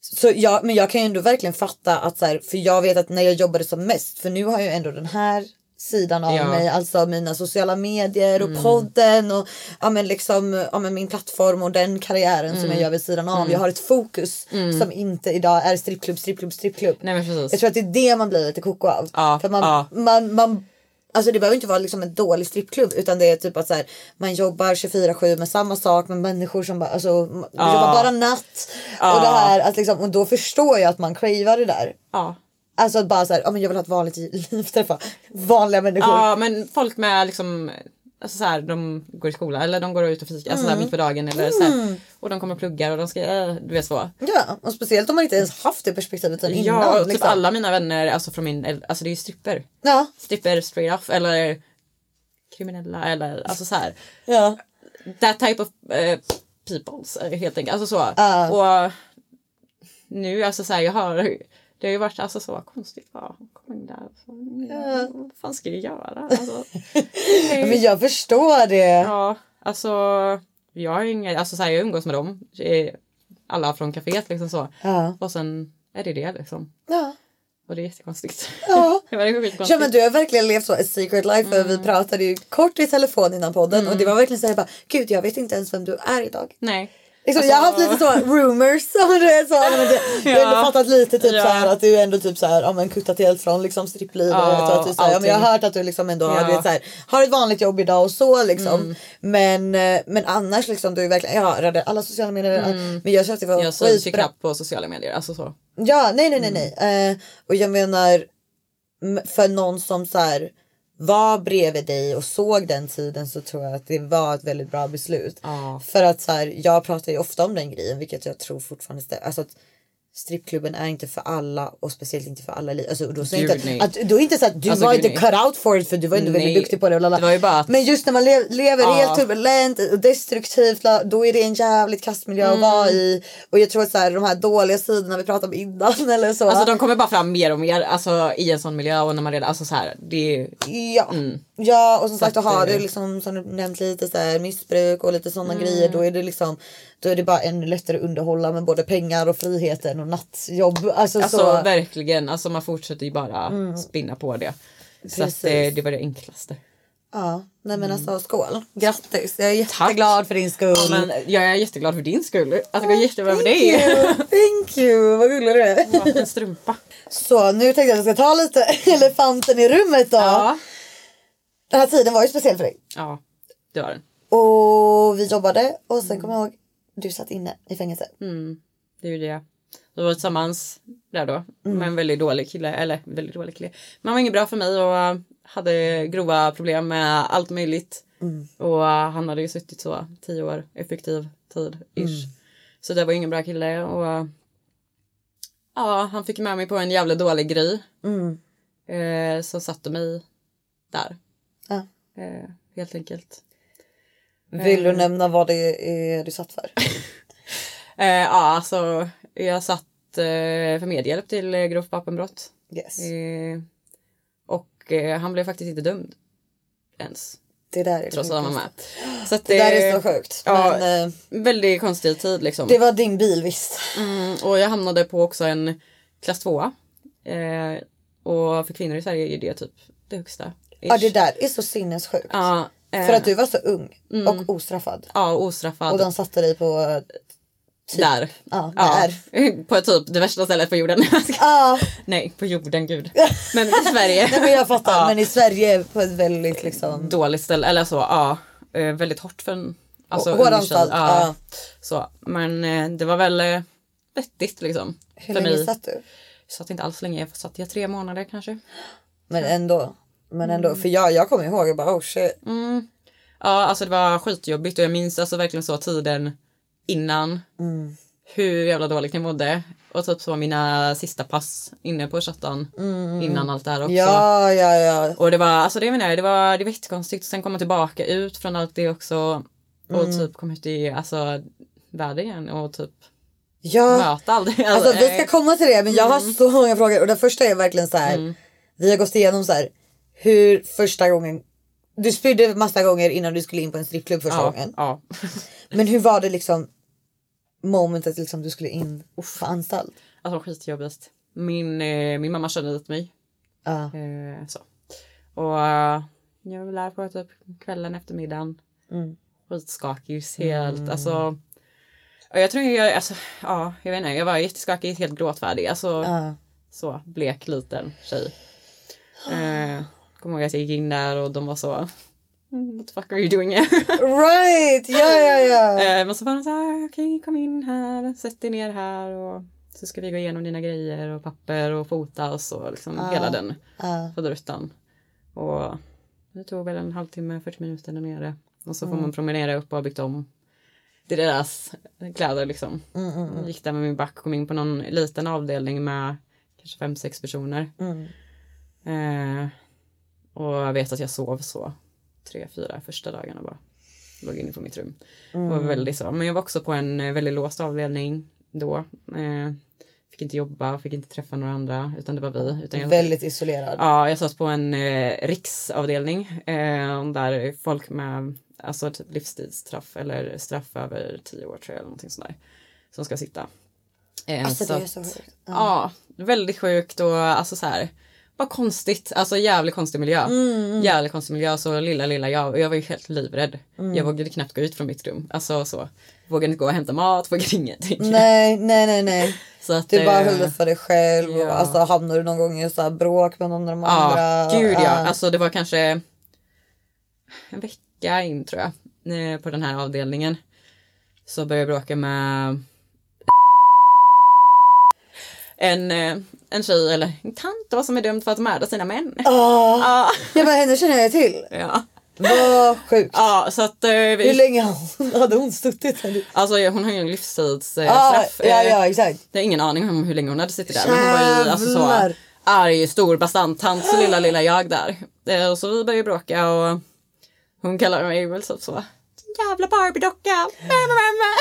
S3: så ja, men jag kan ju ändå verkligen fatta att så här, för jag vet att när jag jobbade som mest, för nu har jag ändå den här sidan av
S4: Ja. Mm.
S3: mig, alltså mina sociala medier och podden och ja, men liksom, ja, men min plattform och den karriären som
S4: Mm.
S3: jag gör vid sidan av. Jag har ett fokus som inte idag är strippklubb, strippklubb, strippklubb.
S4: Nej men precis.
S3: Jag tror att det är det man blir lite koko av.
S4: Alltså- Ja,
S3: För man,
S4: ja.
S3: man, man, alltså det behöver inte vara liksom en dålig strippklubb utan det är typ att så här, man jobbar 24-7 med samma sak med människor som bara, alltså, man jobbar bara natt. Och, det här, att liksom, och då förstår jag att man cravar det där.
S4: Ja.
S3: Alltså att bara så här, ja, men jag vill ha ett vanligt liv, träffa vanliga människor.
S4: Ja men folk med liksom Alltså så här, de går i skola eller de går ut och
S3: Mm.
S4: fikar alltså så här, mitt på dagen eller så här, och de kommer och pluggar och de ska, eh, du vet så.
S3: Ja, och speciellt om man inte ens haft det perspektivet sen innan.
S4: ja, och typ
S3: liksom.
S4: alla mina vänner alltså från min, alltså det är ju stripper.
S3: Ja,
S4: Stripper straight off eller kriminella eller alltså så här.
S3: ja.
S4: That type of eh, peoples eh, helt enkelt. Alltså så.
S3: Ah.
S4: Och nu alltså så här, jag har det har ju varit alltså så konstigt bara kom in där och så, ja, vad fan ska jag göra? Alltså,
S3: Men jag förstår det.
S4: Ja, alltså jag har ju inga, alltså så här, jag umgås med dem. eh, Alla från kaféet liksom så.
S3: Ja.
S4: Och sen är det det liksom.
S3: Ja.
S4: Och det är jättekonstigt.
S3: Ja.
S4: det var skitkonstigt.
S3: Ja men du har verkligen levt så a secret life för
S4: Mm.
S3: vi pratade ju kort i telefon innan podden och det var verkligen så här bara gud jag vet inte ens vem du är idag.
S4: Nej.
S3: Liksom, jag har haft lite så rumors och du vet så men det, jag har ändå
S4: Alltså, Ja.
S3: fattat lite typ
S4: Ja.
S3: så här att du ändå typ så här ja men kuttat helt från liksom stripplivet
S4: Ja,
S3: och att du så här, ja, men jag har
S4: allting.
S3: hört att du liksom ändå
S4: Ja. Mm.
S3: du vet, så här, har ett vanligt jobb idag och så liksom. Men, eh, men annars liksom du är verkligen jag hörde alla sociala medier
S4: Mm.
S3: men jag känner att det var
S4: Jag syns ju
S3: skitbra.
S4: knappt på sociala medier. Alltså så.
S3: Ja, nej, nej, nej,
S4: Mm.
S3: nej. Eh, och jag menar m- för någon som så här var bredvid dig och såg den tiden så tror jag att det var ett väldigt bra beslut.
S4: Ja.
S3: För att så här, jag pratar ju ofta om den grejen, vilket jag tror fortfarande stämmer. Alltså att strippklubben är inte för alla och speciellt inte för alla i livet. Alltså, och då, säger jag
S4: Gud,
S3: inte,
S4: nej.
S3: att, då är inte så att du
S4: Alltså,
S3: var
S4: gud,
S3: inte
S4: nej.
S3: cut out for it för du var ändå väldigt
S4: Nej.
S3: duktig på det. Och lalala.
S4: Det var ju bara att-
S3: Men just när man le- lever helt turbulent och destruktivt la- då är det en jävligt kass miljö att vara
S4: Mm.
S3: i. Och jag tror att så här, de här dåliga sidorna vi pratade om innan eller så.
S4: Alltså de kommer bara fram mer och mer alltså, i en sån miljö och när man redan, alltså så här, det är
S3: ja. Ja och som sagt och har du liksom som du nämnt lite så här, missbruk och lite
S4: Mm.
S3: sådana grejer då är det liksom då är det bara ännu lättare att underhålla med både pengar och friheten och nattjobb. Alltså,
S4: Alltså
S3: så.
S4: verkligen, alltså man fortsätter ju bara spinna på det. Så att eh, det,
S3: Precis.
S4: det var det enklaste.
S3: Ja, nej
S4: Mm.
S3: men alltså skål. Grattis. Jag är jätteglad för din skull.
S4: Ja, men jag är jätteglad för din skull. Att det går jättebra med
S3: Thank
S4: dig.
S3: you, thank you. Vad gullig du är.
S4: En strumpa.
S3: Så nu tänkte jag att jag ska ta lite elefanten i rummet då.
S4: Ja.
S3: Den här tiden var ju speciell för dig.
S4: Ja, det var den.
S3: Och vi jobbade och sen kommer jag ihåg du satt inne i fängelse.
S4: Mm. Det gjorde jag. Vi var tillsammans där då med en väldigt dålig kille. Eller väldigt dålig kille. Men han var inget bra för mig och äh, hade grova problem med allt möjligt. Och äh, han hade ju suttit så tio år effektiv tid ish. Så det var ingen bra kille och äh, ja, han fick med mig på en jävla dålig grej. Eh, som satte mig där.
S3: Ja.
S4: Eh, helt enkelt.
S3: Vill du nämna vad det är du satt för?
S4: Eh, ja, alltså jag satt eh, för medhjälp till eh, grovt vapenbrott.
S3: Yes.
S4: Eh, och eh, han blev faktiskt inte dömd ens.
S3: Det där är
S4: Trots
S3: det
S4: att han var med. Så att
S3: Det där är så sjukt.
S4: Ja.
S3: Men, eh,
S4: Väldigt konstig tid liksom.
S3: det var din bil visst.
S4: Mm, och jag hamnade på också en klass 2 eh, Och för kvinnor i Sverige är det typ det högsta.
S3: Ja det där är så sinnessjukt.
S4: Ja, Mm. eh,
S3: För att du var så ung och ostraffad.
S4: ja, ostraffad.
S3: Och de satte dig på... eh,
S4: Där.
S3: Ja,
S4: Ja,
S3: där.
S4: på typ det värsta stället på jorden.
S3: Ja,
S4: Nej, på jorden gud. Men i Sverige.
S3: men jag fattar. Men i Sverige på ett väldigt liksom...
S4: dåligt ställe eller så ja, eh, väldigt hårt för en alltså,
S3: Hård
S4: ung tjej,
S3: anstalt, ja.
S4: Så, men eh, det var väl eh, vettigt liksom.
S3: Hur
S4: för
S3: länge
S4: mig.
S3: satt du?
S4: Jag satt inte alls länge, jag satt i tre månader kanske.
S3: Men ändå. Men ändå. För jag, jag kommer ihåg, jag bara oh shit.
S4: Ja alltså det var skitjobbigt och jag minns alltså verkligen så tiden innan.
S3: Mm.
S4: Hur jävla dåligt jag mådde. Och typ så mina sista pass inne på chattan innan allt det här också.
S3: Mm. Ja, ja, ja.
S4: Och det var, alltså det menar jag, det var, det var jättekonstigt. Sen komma tillbaka ut från allt det också. Och
S3: Mm.
S4: typ komma ut i alltså, världen igen och typ
S3: Ja. Mm.
S4: möta allt det. Alltså,
S3: Alltså vi ska
S4: eh,
S3: komma till det men jag har så många frågor och den första är verkligen så här. Vi har gått igenom så här hur första gången du spydde massa gånger innan du skulle in på en strippklubb första
S4: ja,
S3: gången.
S4: ja.
S3: Men hur var det liksom momentet liksom du skulle in på anstalt?
S4: Alltså skitjobbigt. Min, eh, min mamma körde dit mig.
S3: Ja.
S4: Eh, så. Och eh, jag var väl där på typ kvällen, eftermiddagen.
S3: Mm.
S4: Skitskakig helt. Alltså, och jag tror jag, alltså, ja, jag vet inte, jag var jätteskakig, helt gråtfärdig. Alltså,
S3: Ja.
S4: så blek liten tjej. Eh, kommer ihåg att jag gick in där och de var så "Mm, What the fuck are you doing here?
S3: Right! Ja ja ja.
S4: eh, men så var de så här, okej kom in här, sätt dig ner här och så ska vi gå igenom dina grejer och papper och fota och så liksom hela den
S3: Ja.
S4: faderuttan. Och det tog väl en halvtimme, 40 minuter där nere och så får man promenera upp och ha byggt om till deras kläder liksom. Gick där med min back, kom in på någon liten avdelning med kanske fem, sex personer. Eh, och jag vet att jag sov så tre, fyra första dagarna bara. Låg inne på mitt rum. Och var väldigt så. Men jag var också på en eh, väldigt låst avdelning då. Eh, fick inte jobba, fick inte träffa några andra utan det var vi. Utan jag,
S3: Väldigt isolerad.
S4: Ja, jag satt på en eh, riksavdelning eh, där folk med alltså, typ livstidsstraff eller straff över tio år tror jag eller någonting sånt där som ska sitta. Eh,
S3: Alltså det är
S4: att-
S3: så sjukt.
S4: Ja, väldigt sjukt och alltså så här. Vad konstigt, alltså jävligt konstig miljö.
S3: Mm,
S4: Jävligt konstig miljö, så lilla lilla jag, och jag var ju helt livrädd.
S3: Mm.
S4: Jag vågade knappt gå ut från mitt rum. Alltså så. Vågade inte gå och hämta mat, vågade ingenting.
S3: Nej nej nej nej.
S4: Så att,
S3: Du bara
S4: eh,
S3: höll det för dig själv
S4: ja.
S3: och alltså hamnade du någon gång i så här bråk med någon av de
S4: Ja,
S3: andra.
S4: gud ja.
S3: Ja.
S4: Alltså det var kanske en vecka in tror jag eh, på den här avdelningen. Så började jag bråka med en, eh, en tjej eller en tant då som är dömd för att mörda sina män.
S3: Ah.
S4: Ja,
S3: Jag bara henne känner jag till.
S4: ja.
S3: Vad sjukt.
S4: ja så att eh,
S3: Hur
S4: vi,
S3: länge har hon- hade hon suttit? här?
S4: alltså, hon har ju en livstidsstraff. Eh,
S3: Ah,
S4: straff,
S3: ja,
S4: eh,
S3: ja, exakt.
S4: Jag har ingen aning om hur länge hon hade suttit där. Men hon var ju alltså så
S3: Jävlar.
S4: arg, stor bastanttant, så lilla lilla jag där. Eh, Och så vi började bråka och hon kallade mig väl typ så. Din jävla Barbie-docka.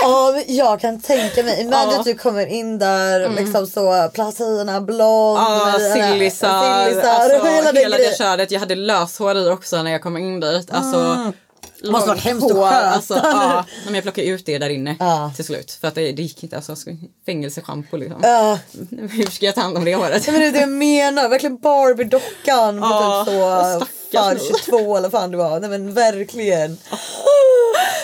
S3: Ja, jag kan tänka mig. Imagine
S4: Ja.
S3: att du kommer in där
S4: Mm.
S3: liksom så platierna blond.
S4: Ja,
S3: med den här-
S4: Ah, sillisar.
S3: sillisar
S4: Alltså,
S3: och hela
S4: hela
S3: den
S4: det
S3: grejen.
S4: köret. Jag hade löshår i också när jag kom in dit. Alltså,
S3: Ah. Måste
S4: långt
S3: varit hemskt att
S4: hår,
S3: sköta.
S4: alltså, ja. Nej, men Jag plockade ut det där inne
S3: Ja.
S4: till slut. För att det, det gick inte. Alltså, fängelseschampo liksom.
S3: Ja,
S4: Hur ska jag ta hand om det håret?
S3: Ah. men det är det jag menar. Verkligen Barbie-dockan på
S4: Ja,
S3: typ så
S4: Ah. stackars
S3: fan
S4: mig.
S3: 22 eller fan det var. Nej men verkligen.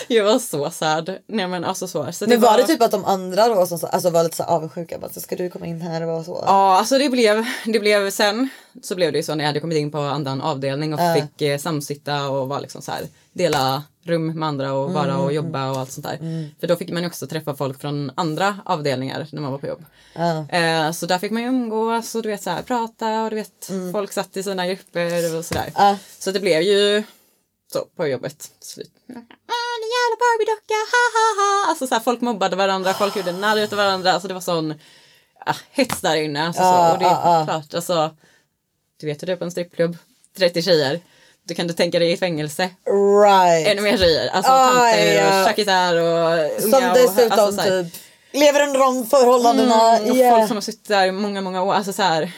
S4: Jag var så sad. Nej men alltså så. så
S3: Men var det typ att de andra då som så, alltså var lite så avundsjuka? Bara, så ska du komma in här och vara så?
S4: Ja, alltså det blev, det blev sen så blev det ju så när jag hade kommit in på annan avdelning och fick eh, samsitta och var liksom så här dela rum med andra och vara och jobba och allt sånt där. För då fick man ju också träffa folk från andra avdelningar när man var på jobb. Eh, så där fick man ju umgås och du vet så här prata och du vet folk satt i sina grupper och sådär.
S3: Ja.
S4: Så det blev ju så på jobbet till slut. Ah, den jävla Barbie-docka, ha ha ha. Alltså så här, folk mobbade varandra, folk gjorde narr av varandra. Alltså det var sån ah, hets där inne. Alltså, så. Och det är klart, alltså. Du vet hur det är på en strippklubb, 30 tjejer. Då kan du tänka dig i ett fängelse,
S3: Right.
S4: ännu mer tjejer. Alltså
S3: Ah,
S4: tanter
S3: ja.
S4: och tjackisar och unga.
S3: Som dessutom
S4: och, alltså, så här,
S3: typ lever under de förhållandena.
S4: mm, och
S3: yeah.
S4: Folk som har suttit där i många, många år. Alltså så här.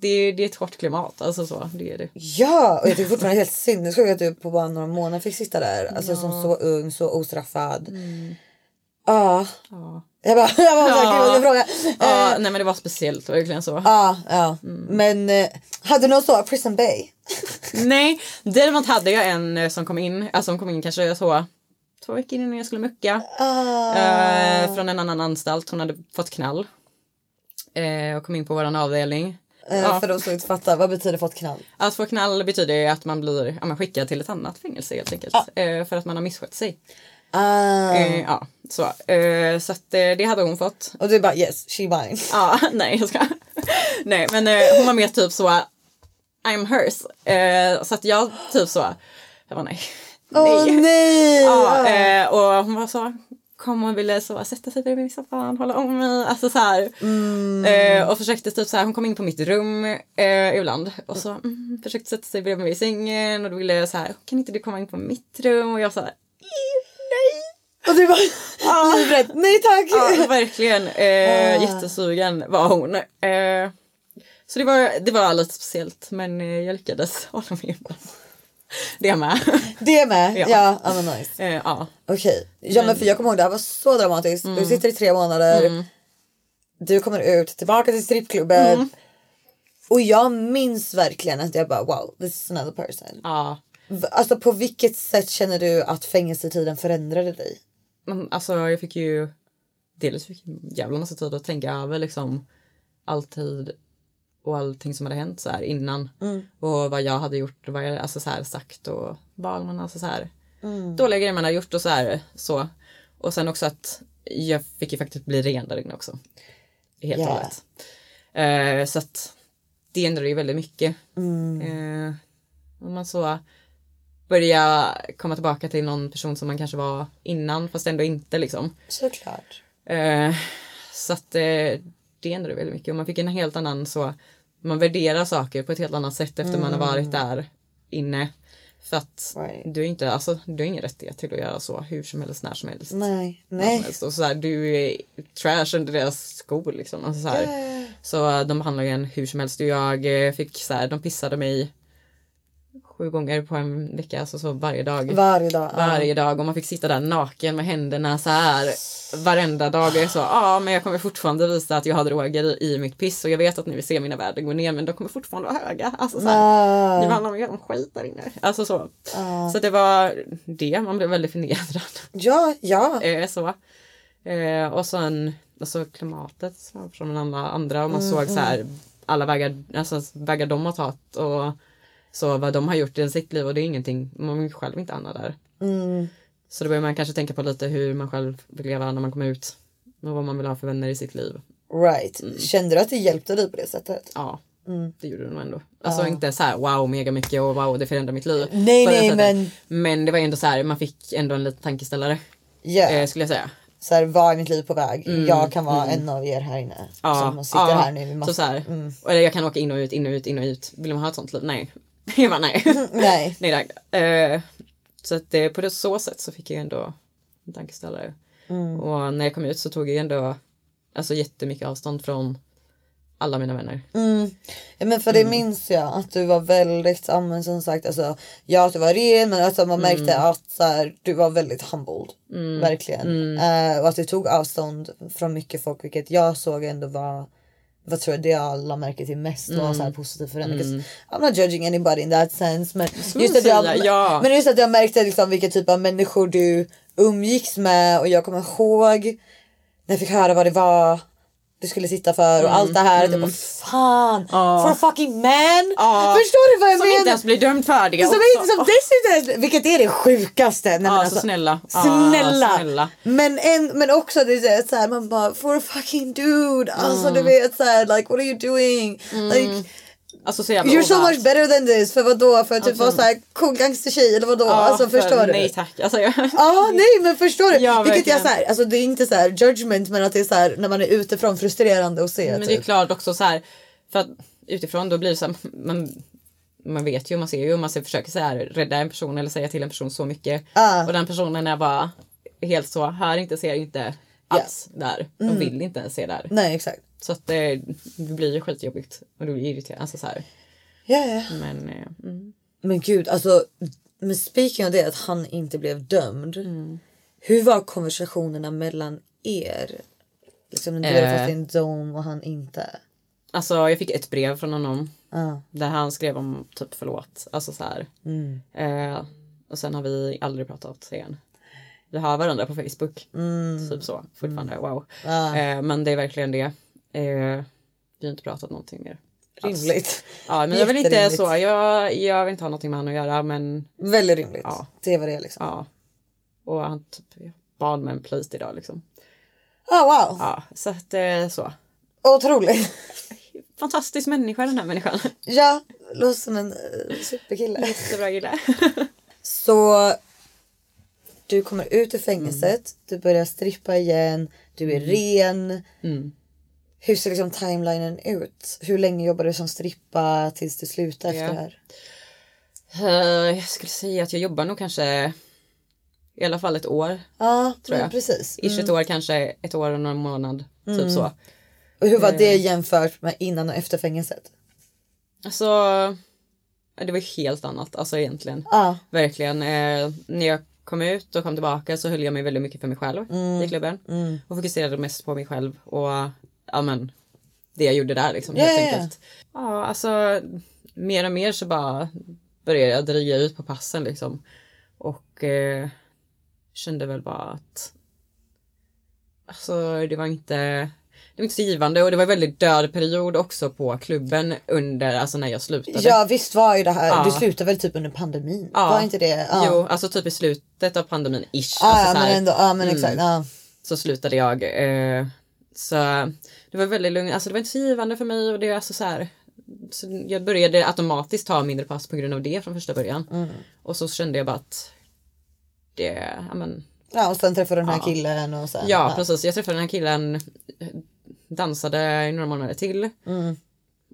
S4: Det är, det är ett hårt klimat, alltså så. Det är det.
S3: Ja, och jag tycker fortfarande det är helt sinnessjukt att du på bara några månader fick sitta där. Alltså som så ung, så ostraffad.
S4: Mm.
S3: Ja. Jag bara, jag bara så här, gud jag frågar.
S4: Ja, nej men det var speciellt verkligen så.
S3: Ja, ja.
S4: Mm.
S3: Men eh, hade du någon så Prison Bay?
S4: Nej, däremot hade jag en eh, som kom in, alltså hon kom in kanske så två veckor innan jag skulle mucka. Eh, från en annan anstalt, hon hade fått knall. Eh, och kom in på våran avdelning.
S3: Eh, För de som inte fattar, vad betyder fått knall?
S4: Att få knall betyder ju att man blir ja, men skickad till ett annat fängelse helt enkelt. Eh, för att man har misskött sig.
S3: Ah.
S4: Eh, ja, så eh, så att, eh, det hade hon fått.
S3: Och du bara yes, she mine.
S4: Ja, nej jag ska. Nej men eh, hon var mer typ så I'm hers. Eh, så att jag typ så, jag var nej.
S3: Åh nej!
S4: Ja, eh, och hon var så kom och ville så sätta sig bredvid mig i soffan, hålla om mig. Alltså så här. Eh, och försökte typ så här, hon kom in på mitt rum eh, ibland och så mm, försökte sätta sig bredvid mig i sängen och då ville jag så här, kan inte du komma in på mitt rum? Och jag så här,
S3: Och du bara livrädd, nej tack!
S4: Ja, verkligen. Eh, jättesugen var hon. Eh, så det var, det var lite speciellt men eh, jag lyckades hålla mig undan. Det med.
S3: Det med, ja.
S4: Ja.
S3: ja men nice.
S4: eh, ja.
S3: Okej, ja men Mm. för jag kommer ihåg det här var så dramatiskt. Du sitter i tre månader. Du kommer ut, tillbaka till strippklubben. Och jag minns verkligen att jag bara wow, this is another person.
S4: ja.
S3: V- Alltså på vilket sätt känner du att fängelsetiden förändrade dig?
S4: Men, alltså jag fick ju delvis fick jag en jävla massa tid att tänka över liksom alltid och allting som hade hänt så här innan och vad jag hade gjort och vad jag alltså så här sagt och barnen alltså så här dåliga grejer man hade gjort och så här så och sen också att jag fick ju faktiskt bli ren där inne också helt och
S3: Yeah.
S4: hållet Eh, så att det ändrade ju väldigt mycket Eh, om man så börja komma tillbaka till någon person som man kanske var innan fast ändå inte liksom.
S3: Såklart.
S4: Eh, så att eh, det ändrade väldigt mycket och man fick en helt annan så, man värderar saker på ett helt annat sätt efter man har varit där inne. För att
S3: Mm. Right.
S4: du är inte, alltså du har ingen rättighet till att göra så hur som helst, när som helst.
S3: Nej,
S4: Vad som
S3: nej.
S4: helst. Och så här, du är trash under deras skor liksom. Alltså, så, här. så eh, de behandlar ju en hur som helst. Och Jag eh, fick så här, de pissade mig sju gånger på en vecka, alltså så varje dag.
S3: Varje dag. ja.
S4: varje dag och man fick sitta där naken med händerna så här varenda dag. Och jag sa ja men jag kommer fortfarande visa att jag har droger i, i mitt piss och jag vet att ni vill se mina värden gå ner men de kommer fortfarande vara höga. Alltså så här,
S3: Ah.
S4: nu handlar det ju om skit där inne. Alltså så. Så det var det, man blev väldigt förnedrad.
S3: Ja, ja.
S4: Eh, så. Eh, och sen alltså klimatet så, från alla andra och man
S3: Mm,
S4: såg så här alla vägar, alltså, vägar de har tagit och så vad de har gjort i sitt liv och det är ingenting, man vill själv inte hamna där.
S3: Mm.
S4: Så då börjar man kanske tänka på lite hur man själv vill leva när man kommer ut och vad man vill ha för vänner i sitt liv.
S3: Right. Kände du att det hjälpte dig på det sättet?
S4: Ja,
S3: Mm.
S4: det gjorde det nog ändå. Alltså inte så här wow mega mycket och wow det förändrar mitt liv.
S3: Nej,
S4: På det
S3: nej,
S4: sättet.
S3: men-
S4: Men det var ändå så här, man fick ändå en liten tankeställare
S3: Ja.
S4: eh, skulle jag säga.
S3: så här, var är mitt liv på väg? jag kan vara en av er här inne. som sitter
S4: Mm, ja,
S3: här nu. Vi
S4: Så,
S3: måste... Mm.
S4: så här. Eller jag kan åka in och ut, in och ut, in och ut. Vill man ha ett sånt liv? Nej. Jag bara nej.
S3: Nej.
S4: nej tack. Eh, Så att eh, på det så sätt så fick jag ändå en tankeställare.
S3: Mm.
S4: Och när jag kom ut så tog jag ändå alltså, jättemycket avstånd från alla mina vänner.
S3: Ja, men för det
S4: Mm.
S3: minns jag att du var väldigt, ja, men som sagt, alltså, ja att du var ren men alltså, man märkte
S4: Mm.
S3: att så här, du var väldigt humbled. Verkligen.
S4: Mm.
S3: Eh, och att du tog avstånd från mycket folk vilket jag såg ändå var vad tror jag det alla märker till mest var
S4: Mm.
S3: så här positivt för henne. 'Cause I'm not judging anybody in that sense. Men just, att
S4: säga,
S3: jag,
S4: ja.
S3: men just att jag märkte liksom vilka typ av människor du umgicks med och jag kommer ihåg när jag fick höra vad det var du skulle sitta för och allt det här. Mm. Jag bara fan, for a fucking man.
S4: Ja.
S3: Förstår du vad jag
S4: Som
S3: menar?
S4: inte ens blir dömd för det.
S3: som,
S4: också.
S3: inte, som dessutom, är- vilket är det sjukaste. Nej, men
S4: Ja, så
S3: alltså,
S4: snälla. Ja,
S3: Snälla.
S4: snälla.
S3: Men, en, men också det är så här, man bara for a fucking dude. Alltså
S4: Mm.
S3: du vet så här, like what are you doing? Like,
S4: Alltså så jävla
S3: You're so
S4: ovärd.
S3: much better than this. För vadå? För att typ vara så här cool gangstertjej eller vadå? alltså
S4: för-
S3: förstår du?
S4: Nej tack. Alltså, jag...
S3: Ja, nej men förstår du?
S4: Ja,
S3: Vilket jag
S4: verkligen.
S3: så här, alltså det är inte så här judgment men att det är så här när man är utifrån frustrerande att se.
S4: Men det är
S3: typ.
S4: klart också så här, för att utifrån då blir det så här, man, man vet ju, man ser ju, man ser, försöker så här rädda en person eller säga till en person så mycket.
S3: Ja.
S4: Och den personen är bara helt så, hör inte, ser inte alls där. De vill inte ens se där.
S3: Mm. Nej exakt.
S4: Så att det, det blir ju skitjobbigt och det blir irriterande. Alltså så här.
S3: Ja, ja.
S4: Men eh, mm.
S3: Men gud alltså. Men speaking av det att han inte blev dömd.
S4: Mm.
S3: Hur var konversationerna mellan er? Liksom när du hade
S4: Eh.
S3: fått din dom och han inte.
S4: alltså jag fick ett brev från honom där han skrev om typ förlåt. Alltså så här. Eh, och sen har vi aldrig pratat igen. Vi har varandra på Facebook. Typ så. Fortfarande wow. Eh, men det är verkligen det. Eh, vi har inte pratat någonting mer. alls.
S3: Rimligt.
S4: Ja men jag vill inte
S3: Jätterimligt.
S4: så. Jag, jag vill inte ha någonting med han att göra men
S3: Väldigt rimligt.
S4: Ja.
S3: Det var det liksom.
S4: ja. Och han typ bad med en plöjt idag liksom.
S3: Oh, wow.
S4: Ja så att eh, så.
S3: Otroligt.
S4: Fantastisk människa den här människan.
S3: Ja, låter som en eh, superkille.
S4: Jättebra kille.
S3: Så du kommer ut ur fängelset,
S4: Mm.
S3: du börjar strippa igen, du är ren.
S4: Mm.
S3: Hur ser liksom timelinen ut? Hur länge jobbar du som strippa tills du slutar efter
S4: Ja.
S3: det här?
S4: Eh, jag skulle säga att jag jobbar nog kanske i alla fall ett år.
S3: Ja,
S4: Tror
S3: tror
S4: jag.
S3: precis.
S4: Ish ett år kanske, ett år och någon månad. Typ så.
S3: Och hur
S4: Mm.
S3: var det jämfört med innan och efter fängelset?
S4: Alltså, ja, det var ju helt annat alltså egentligen.
S3: Ja,
S4: Verkligen. Eh, när jag kom ut och kom tillbaka så höll jag mig väldigt mycket för mig själv
S3: Mm.
S4: i klubben. Och fokuserade mest på mig själv och ja men det jag gjorde där liksom
S3: Ja,
S4: helt
S3: ja, ja.
S4: enkelt. Ja alltså mer och mer så bara började jag dryga ut på passen liksom. Och eh, kände väl bara att alltså det var inte det var inte så givande och det var en väldigt död period också på klubben under alltså när jag slutade.
S3: ja visst var ju det här.
S4: Ja.
S3: Du slutade väl typ under pandemin?
S4: Ja.
S3: Var inte det? Ja,
S4: Jo, alltså typ i slutet av pandemin ish.
S3: ja,
S4: alltså
S3: ja
S4: så, här,
S3: men ändå. Ja, men exakt. Ja.
S4: så slutade jag. Eh, så det var väldigt lugnt, alltså det var inte så givande för mig och det är alltså så här. Så jag började automatiskt ta mindre pass på grund av det från första början.
S3: Mm.
S4: Och så kände jag bara att det, ja men
S3: ja, och sen träffade du den här killen och sen.
S4: Ja precis, jag träffade den här killen, dansade i några månader till.
S3: Mm.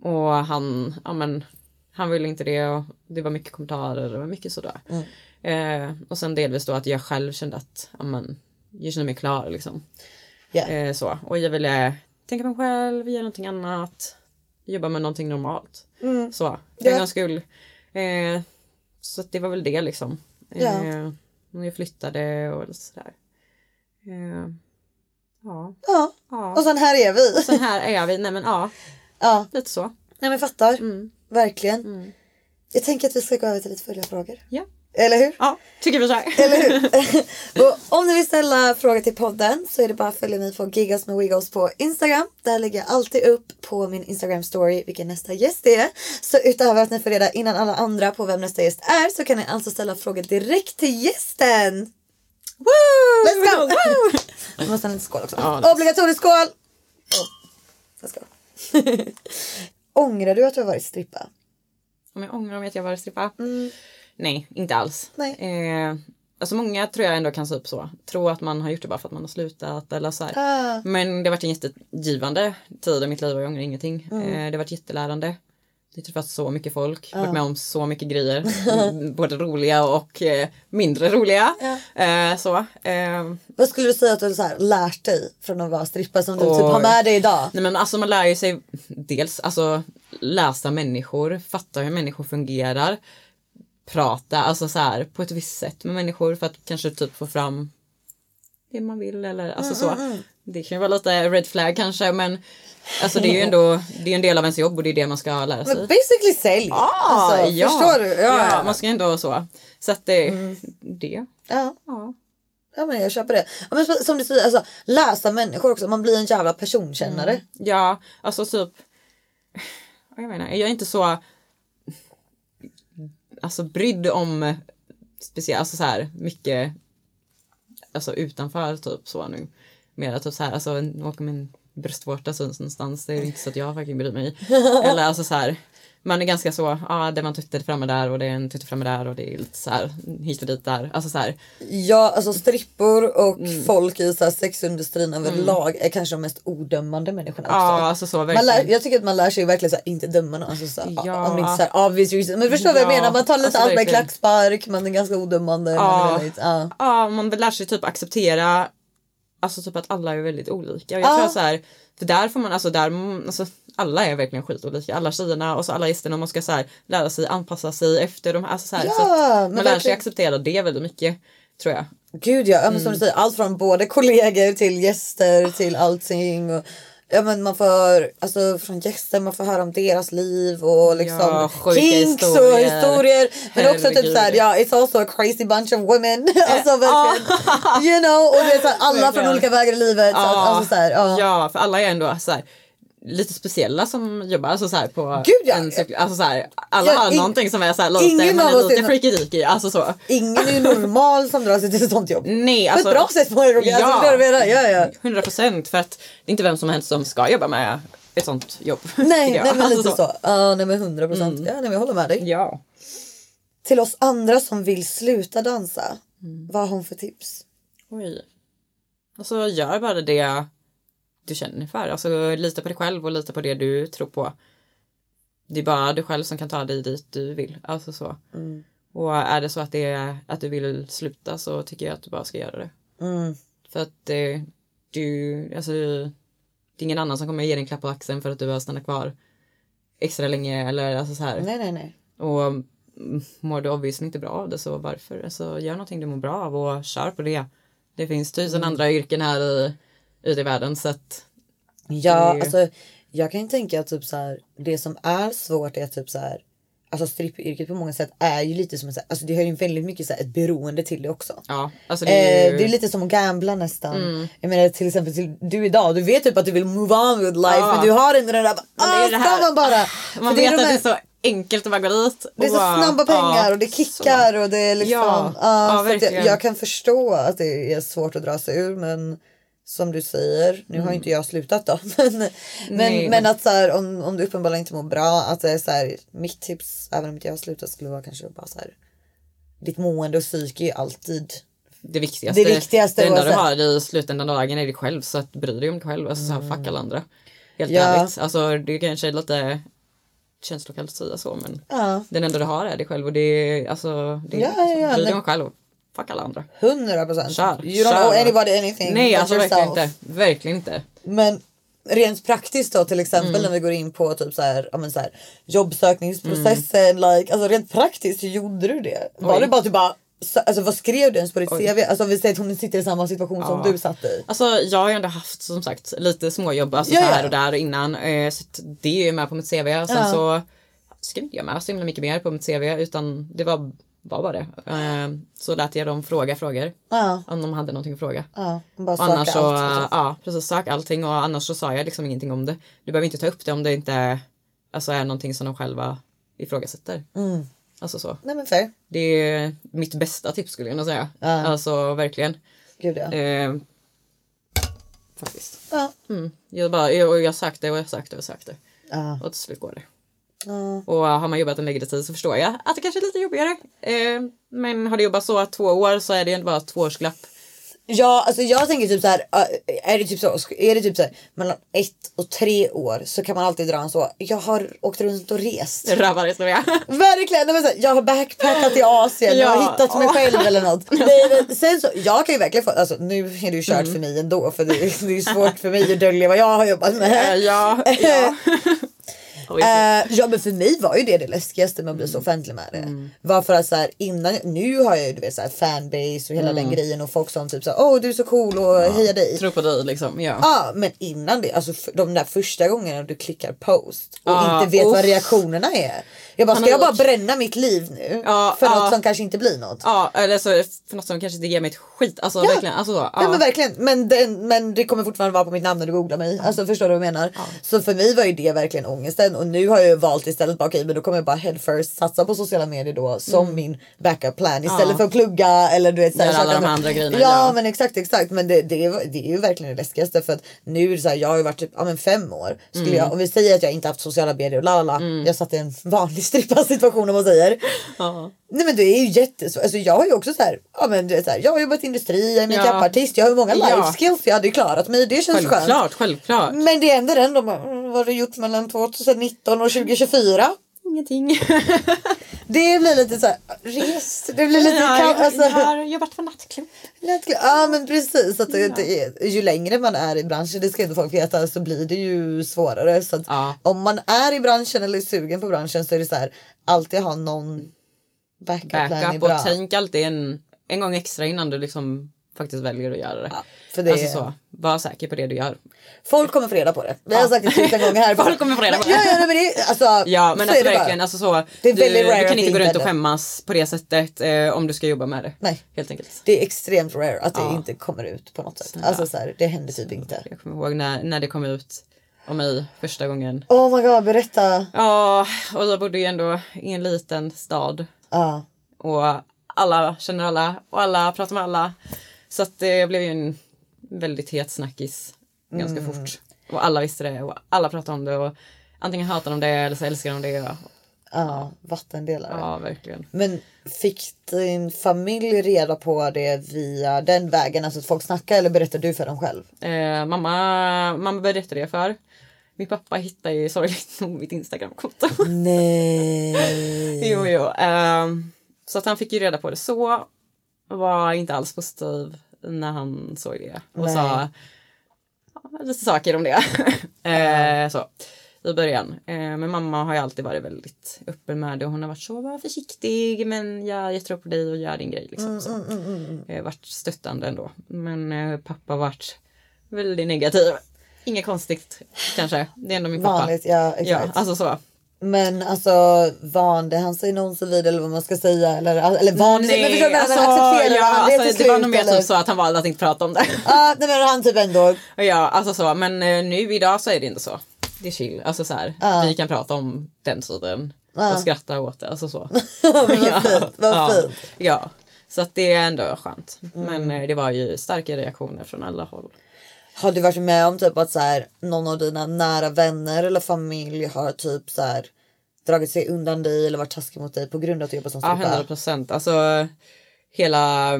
S4: Och han, ja men han ville inte det och det var mycket kommentarer och det var mycket sådär.
S3: Mm.
S4: Eh, och sen delvis då att jag själv kände att, ja men jag kände mig klar liksom.
S3: Ja.
S4: Eh, så. Och jag ville tänka på mig själv, göra någonting annat, jobba med någonting normalt. Så, för en
S3: Mm. Ja.
S4: gångs skull. Eh, så att det var väl det liksom.
S3: Ja.
S4: Eh, och jag flyttade och sådär. Eh, ja.
S3: ja.
S4: ja.
S3: Och sen här är vi.
S4: Så här är vi. Nej men ja,
S3: Ja.
S4: lite så.
S3: Nej men fattar. Verkligen. Jag tänker att vi ska gå över till lite följarfrågor.
S4: Ja,
S3: Eller hur?
S4: ja tycker vi så här.
S3: Och om ni vill ställa frågor till podden så är det bara att följa mig på Gigas med Wiggles på Instagram. Där lägger jag alltid upp på min Instagram story vilken nästa gäst är. Så utöver att ni får reda innan alla andra på vem nästa gäst är så kan ni alltså ställa frågor direkt till gästen. Woo! Let's go! Woo! Jag måste ha en skål också.
S4: Ja, det-
S3: Obligatorisk skål! Oh. Jag ska. Ångrar du att du har varit strippa?
S4: Om jag ångrar mig att jag var strippa? Nej, inte alls.
S3: Mm. Nej.
S4: Eh, alltså många tror jag ändå kan se upp så. Tro att man har gjort det bara för att man har slutat eller så här.
S3: Ah. Mm.
S4: Men det har varit en jättegivande tid i mitt liv och jag ångrar ingenting. Eh, det har varit jättelärande. Jag har träffat så mycket folk,
S3: Ah.
S4: varit med om så mycket grejer. Mm, Både roliga och eh, mindre roliga. Eh, så. Eh,
S3: Vad skulle du säga att du så här, lärt dig från att vara strippa som du typ
S4: Oj.
S3: har med dig idag?
S4: Nej men alltså man lär ju sig dels alltså läsa människor, fatta hur människor fungerar, prata alltså så här på ett visst sätt med människor för att kanske typ få fram det man vill eller alltså så. Det kan ju vara lite red flag kanske men alltså det är ju ändå det är en del av ens jobb och det är det man ska lära sig.
S3: Men basically sälj. alltså,
S4: Ah, ja.
S3: Förstår du?
S4: Ja,
S3: Ja,
S4: man ska ju ändå så. Så att det, det.
S3: ja.
S4: Ja.
S3: ja men jag köper det. Ja, men som du säger, alltså, läsa människor också. Man blir en jävla personkännare.
S4: Mm. Ja, alltså typ. Jag menar, jag är inte så. Alltså brydd om speciellt, alltså så här mycket. Alltså utanför typ så nu. Mera typ så här, alltså en- åker min bröstvårta syns någonstans. Det är inte så att jag fucking bryr mig. Eller alltså så här. Man är ganska så, ja ah, det var en tutte framme där och det är en tutte framme där och det är lite så här hit och dit där. Alltså så här.
S3: Ja, alltså strippor och
S4: Mm.
S3: folk i så här sexindustrin överlag är kanske de mest odömande människorna också.
S4: Ja, alltså så
S3: Man lär,
S4: verkligen.
S3: jag tycker att man lär sig verkligen så här, inte döma någon. Alltså, så här,
S4: Ja.
S3: Om det inte är så här obvious reason. Men förstår du vad jag
S4: Ja,
S3: menar? Man tar lite
S4: alltså,
S3: allt med
S4: verkligen.
S3: klackspark, man är ganska odömande. Man är
S4: Ja.
S3: väldigt, ja.
S4: Ja, man lär sig typ acceptera Alltså typ att alla är väldigt olika. Och Jag
S3: Ja.
S4: tror så här, för där får man alltså där, alltså alla är verkligen skitolika. Alla tjejerna och så alla gästerna. Man ska så här, lära sig anpassa sig efter de här. Alltså så här,
S3: Ja,
S4: så att
S3: men
S4: man lär sig
S3: verkligen.
S4: acceptera det väldigt mycket. Tror jag.
S3: Gud ja, ja men som
S4: Mm.
S3: du säger, allt från både kollegor till gäster till allting. Och, ja, men man får, alltså, från gäster man får höra om deras liv och liksom
S4: Ja, sjuka
S3: kinks och
S4: historier.
S3: historier. Men också typ
S4: Herregud. Eh,
S3: såhär, ja it's also a crazy bunch of women. alltså verkligen. you know, och det är så här, alla från
S4: ah. Verkligen. Ah.
S3: olika vägar i livet. Så att, alltså, så här, ja.
S4: ja, för alla är ändå så här, lite speciella som jobbar. Alltså så här på
S3: Gud, ja.
S4: en cykel- alltså så här, alla
S3: Ja,
S4: har
S3: ing-
S4: någonting som är så här
S3: ingen
S4: lite, man
S3: av oss
S4: är lite
S3: är-
S4: freaky-deaky. Alltså så.
S3: Ingen är ju normal som drar sig till ett sånt jobb.
S4: Nej,
S3: På
S4: alltså.
S3: ett bra sätt på det ja. alltså, förstår du vad jag menar? ja, ja.
S4: 100 procent för att det är inte vem som helst som ska jobba med ett sånt jobb.
S3: Nej,
S4: tycker
S3: nej
S4: jag.
S3: men
S4: Alltså Mm.
S3: lite så. Ja, nej men 100 procent. Ja, nej, men jag håller med dig.
S4: Ja.
S3: Till oss andra som vill sluta dansa,
S4: Mm.
S3: vad har hon för tips?
S4: Oj. Alltså gör bara det du känner för. Alltså lita på dig själv och lita på det du tror på. Det är bara du själv som kan ta dig dit du vill. Alltså så.
S3: Mm.
S4: Och är det så att, det är, att du vill sluta så tycker jag att du bara ska göra det.
S3: Mm.
S4: För att eh, du, alltså det är ingen annan som kommer ge dig en klapp på axeln för att du har stannat kvar extra länge eller alltså så här.
S3: Nej, nej, nej.
S4: Och mm, mår du obviously inte bra av det så varför? Alltså gör någonting du mår bra av och kör på det. Det finns tusen
S3: Mm.
S4: andra yrken här i, ute i världen så att
S3: Ja,
S4: Det är ju-
S3: alltså, jag kan ju tänka att typ så här, det som är svårt är typ så här. Alltså strippyrket på många sätt är ju lite som en, så här- alltså det har ju väldigt mycket så här, ett beroende till det också.
S4: ja, alltså det är,
S3: Eh,
S4: ju, Mm.
S3: det är lite som att gambla nästan. Jag menar till exempel till du idag, du vet typ att du vill move on with life
S4: Ja.
S3: men du har inte den där
S4: det är
S3: ah,
S4: det här-
S3: stanna bara.
S4: man
S3: För det
S4: vet
S3: är de
S4: att
S3: här-
S4: det är så enkelt att bara gå dit.
S3: Det är så
S4: och bara-
S3: snabba pengar
S4: ja,
S3: och det kickar
S4: så.
S3: och det är liksom.
S4: Ja,
S3: ja,
S4: ja,
S3: så att jag,
S4: verkligen.
S3: jag kan förstå att det är svårt att dra sig ur men som du säger, nu har ju inte jag slutat då men, men,
S4: Mm. Nej.
S3: men att så här, om, om du uppenbarligen inte mår bra att det är så här, mitt tips även om inte jag har slutat skulle vara kanske bara så här ditt mående och psyke är alltid
S4: Det viktigaste,
S3: Det viktigaste
S4: det
S3: var
S4: enda du
S3: så-
S4: har i slutändan av dagen är dig själv så att bry dig om dig själv. Alltså så här, fuck alla andra. Helt
S3: Mm. Ja.
S4: ärligt. Alltså det kanske är lite känslokallt att säga så men
S3: ja,
S4: Den enda du har är dig själv och det är alltså, det är,
S3: Ja, ja, ja,
S4: bry dig
S3: nej.
S4: om själv och fuck alla andra.
S3: 100 procent.
S4: Kör,
S3: You don't
S4: kör.
S3: owe anybody anything
S4: Nej
S3: but
S4: alltså verkligen inte, verkligen inte.
S3: Men rent praktiskt då till exempel
S4: Mm.
S3: när vi går in på typ så här, ja, men så här, jobbsökningsprocessen. Like, alltså rent praktiskt hur gjorde du det? Var
S4: Mm. Oj.
S3: det bara att du bara sö- Alltså vad skrev du ens på ditt CV? Alltså om vi säger att hon sitter i samma situation som
S4: Ja.
S3: du satt i.
S4: Alltså jag har ju ändå haft som sagt lite småjobb alltså,
S3: Ja,
S4: så här
S3: ja.
S4: och där innan. Eh, så att det är ju med på mitt CV. Sen så skrev inte jag med så himla mycket mer på mitt CV utan det var, var bara det. Eh, så lät jag dem fråga frågor.
S3: Ja.
S4: Om de hade någonting att fråga.
S3: Ja, hon bara
S4: Och annars
S3: sökte
S4: så, eh,
S3: allt. liksom.
S4: ja precis, sök allting och annars så sa jag liksom ingenting om det. Du behöver inte ta upp det om det inte är, alltså, är någonting som de själva ifrågasätter.
S3: Mm.
S4: Alltså så.
S3: Nej men fair.
S4: Det är mitt bästa tips skulle jag nog säga. Alltså verkligen.
S3: Gud ja.
S4: Eh, faktiskt.
S3: Ja.
S4: Mm. Jag, bara, jag, och jag sökte och jag sökte och sökte.
S3: Ja.
S4: Och till slut går det. Och har man jobbat en längre tid så förstår jag att det kanske är lite jobbigare. Eh, men har du jobbat så två år så är det ju bara ett tvåårsglapp.
S3: Ja, alltså jag tänker typ så här, äh, är det typ så, är det typ så här, mellan ett och tre år så kan man alltid dra en så, jag har åkt runt och rest.
S4: Rövarhistoria.
S3: Verkligen! Nej, men så här, jag har backpackat i Asien, jag har
S4: Ja.
S3: hittat mig själv eller något. Nej, men sen så, jag kan ju verkligen få, alltså, nu är det ju kört
S4: Mm.
S3: för mig ändå för det, är- det är ju svårt för mig att dölja vad jag har jobbat med.
S4: Eh, ja, ja. Oj, Mm.
S3: Eh, ja men för mig var ju det det läskigaste med att bli så offentlig med det. Varför att så här, innan, nu har jag ju du vet så här, fanbase och hela den
S4: Mm.
S3: grejen och folk som typ såhär åh du är så cool och heja dig.
S4: Tro på dig liksom. Ja.
S3: Ja men innan det, alltså f- de där första gångerna du klickar post och
S4: Ja,
S3: inte vet vad
S4: uff.
S3: reaktionerna är. Jag bara, ska jag bara bränna mitt liv nu?
S4: Ja,
S3: för
S4: ja.
S3: något som kanske inte blir något.
S4: Ja, eller så är det för något som kanske inte ger mig ett skit. Alltså verkligen. Alltså, så, ja.
S3: Nej, men verkligen. Men, den, men det kommer fortfarande vara på mitt namn när du googlar mig. Alltså förstår du vad jag menar? Så för mig var ju det verkligen ångesten och nu har jag ju valt istället bara okej men då kommer jag bara head first satsa på sociala medier då som min backup plan istället för att plugga eller du vet så här,
S4: Mm. Göra alla
S3: saker
S4: de
S3: som-
S4: andra grejerna,
S3: Ja
S4: ja.
S3: men exakt exakt men det, det, är, det är ju verkligen det läskigaste för att nu är det så här, jag har ju varit typ ja, men fem år skulle
S4: Mm.
S3: jag om vi säger att jag inte haft sociala medier och la la la jag satt i en vanlig strippa-situation om man säger. Nej men det är ju jättesvårt. Alltså jag har ju också så här, ja men du vet så här, jag har jobbat i industri, jag är
S4: Ja.
S3: makeupartist, jag har ju många life
S4: Ja.
S3: skills jag hade klarat mig, det känns skönt.
S4: Självklart, självklart.
S3: Men det är ändå den, de bara, "Mm, vad har du gjort mellan 2019 och 2024?
S4: Ingenting.
S3: Det blir lite så här, res, det blir lite
S4: jag,
S3: kav- alltså,
S4: jag har jobbat på nattklubb.
S3: lätt- Ja men precis, att det, det är, ju längre man är i branschen, det ska inte folk veta, så blir det ju svårare. Så att
S4: Ja.
S3: om man är i branschen eller är sugen på branschen så är det så här, alltid ha någon backup, plan är
S4: Backup
S3: bra.
S4: och tänk alltid en, en gång extra innan du liksom faktiskt väljer att göra det.
S3: Ja, för det
S4: Alltså
S3: är-
S4: så, var säker på det du gör.
S3: Folk kommer få reda på det. Vi har sagt det tusen gånger här.
S4: Folk kommer få reda på det.
S3: Ja, ja, nej, men det är, alltså,
S4: Ja men
S3: så
S4: alltså
S3: är det
S4: verkligen,
S3: bara.
S4: alltså så,
S3: Det är
S4: du,
S3: väldigt rare
S4: du
S3: att
S4: kan inte gå
S3: det
S4: runt och
S3: händer.
S4: skämmas på det sättet eh, om du ska jobba med det.
S3: Nej.
S4: Helt enkelt.
S3: Det är extremt rare att det
S4: Ja.
S3: inte kommer ut på något sätt. Alltså, så här, det händer typ inte.
S4: Jag kommer ihåg när, när det kom ut om mig första gången.
S3: Oh my god, berätta.
S4: Ja, och jag bodde ju ändå i en liten stad
S3: Ja.
S4: och alla känner alla och alla pratar med alla. Så att det blev ju en väldigt het snackis ganska fort. Och alla visste det och alla pratade om det och antingen hatar de det eller så älskar de det.
S3: ja, vattendelare.
S4: Ja, verkligen.
S3: Men fick din familj reda på det via den vägen? Alltså att folk snackar eller berättar du för dem själv?
S4: Eh, mamma, mamma berättade det för. Min pappa hittade ju sorgligt nog mitt Instagramkonto.
S3: Nej.
S4: Jo, jo. Ehm, så att han fick ju reda på det så. Var inte alls positiv när han såg det. Och
S3: Nej.
S4: sa ja, lite saker om det. Eh, så. I början. Eh, men mamma har ju alltid varit väldigt öppen med det. Och hon har varit så var försiktig men jag, jag tror på dig och gör din grej. Liksom,
S3: Mm,
S4: så. Eh, varit stöttande ändå. Men eh, pappa varit väldigt negativ. Inget konstigt kanske. Det är ändå min pappa.
S3: Vanligt, ja
S4: Ja,
S3: exakt.
S4: alltså så.
S3: Men alltså vande han sig någonsin vid eller vad man ska säga? Eller, eller vande sig? Men förstår du vad jag menar? Accepterade
S4: Alltså, ja,
S3: han det till
S4: alltså, det var
S3: slut,
S4: nog mer
S3: eller?
S4: typ så att han valde att inte prata om det.
S3: Ja, nej, men han typ ändå.
S4: ja, alltså så, men eh, nu idag så är det inte så. Det är chill, alltså så här, vi kan prata om den tiden och skratta åt det, alltså så.
S3: Vad fint, vad
S4: ja,
S3: fint. Mm.
S4: ja, så att det är ändå skönt. Men eh, det var ju starka reaktioner från alla håll.
S3: Har du varit med om typ att så här, någon av dina nära vänner eller familj har typ så här dragit sig undan dig eller varit taskig mot dig på grund av typ att du jobbar som
S4: Ja,
S3: strippa?
S4: 100 procent. Alltså hela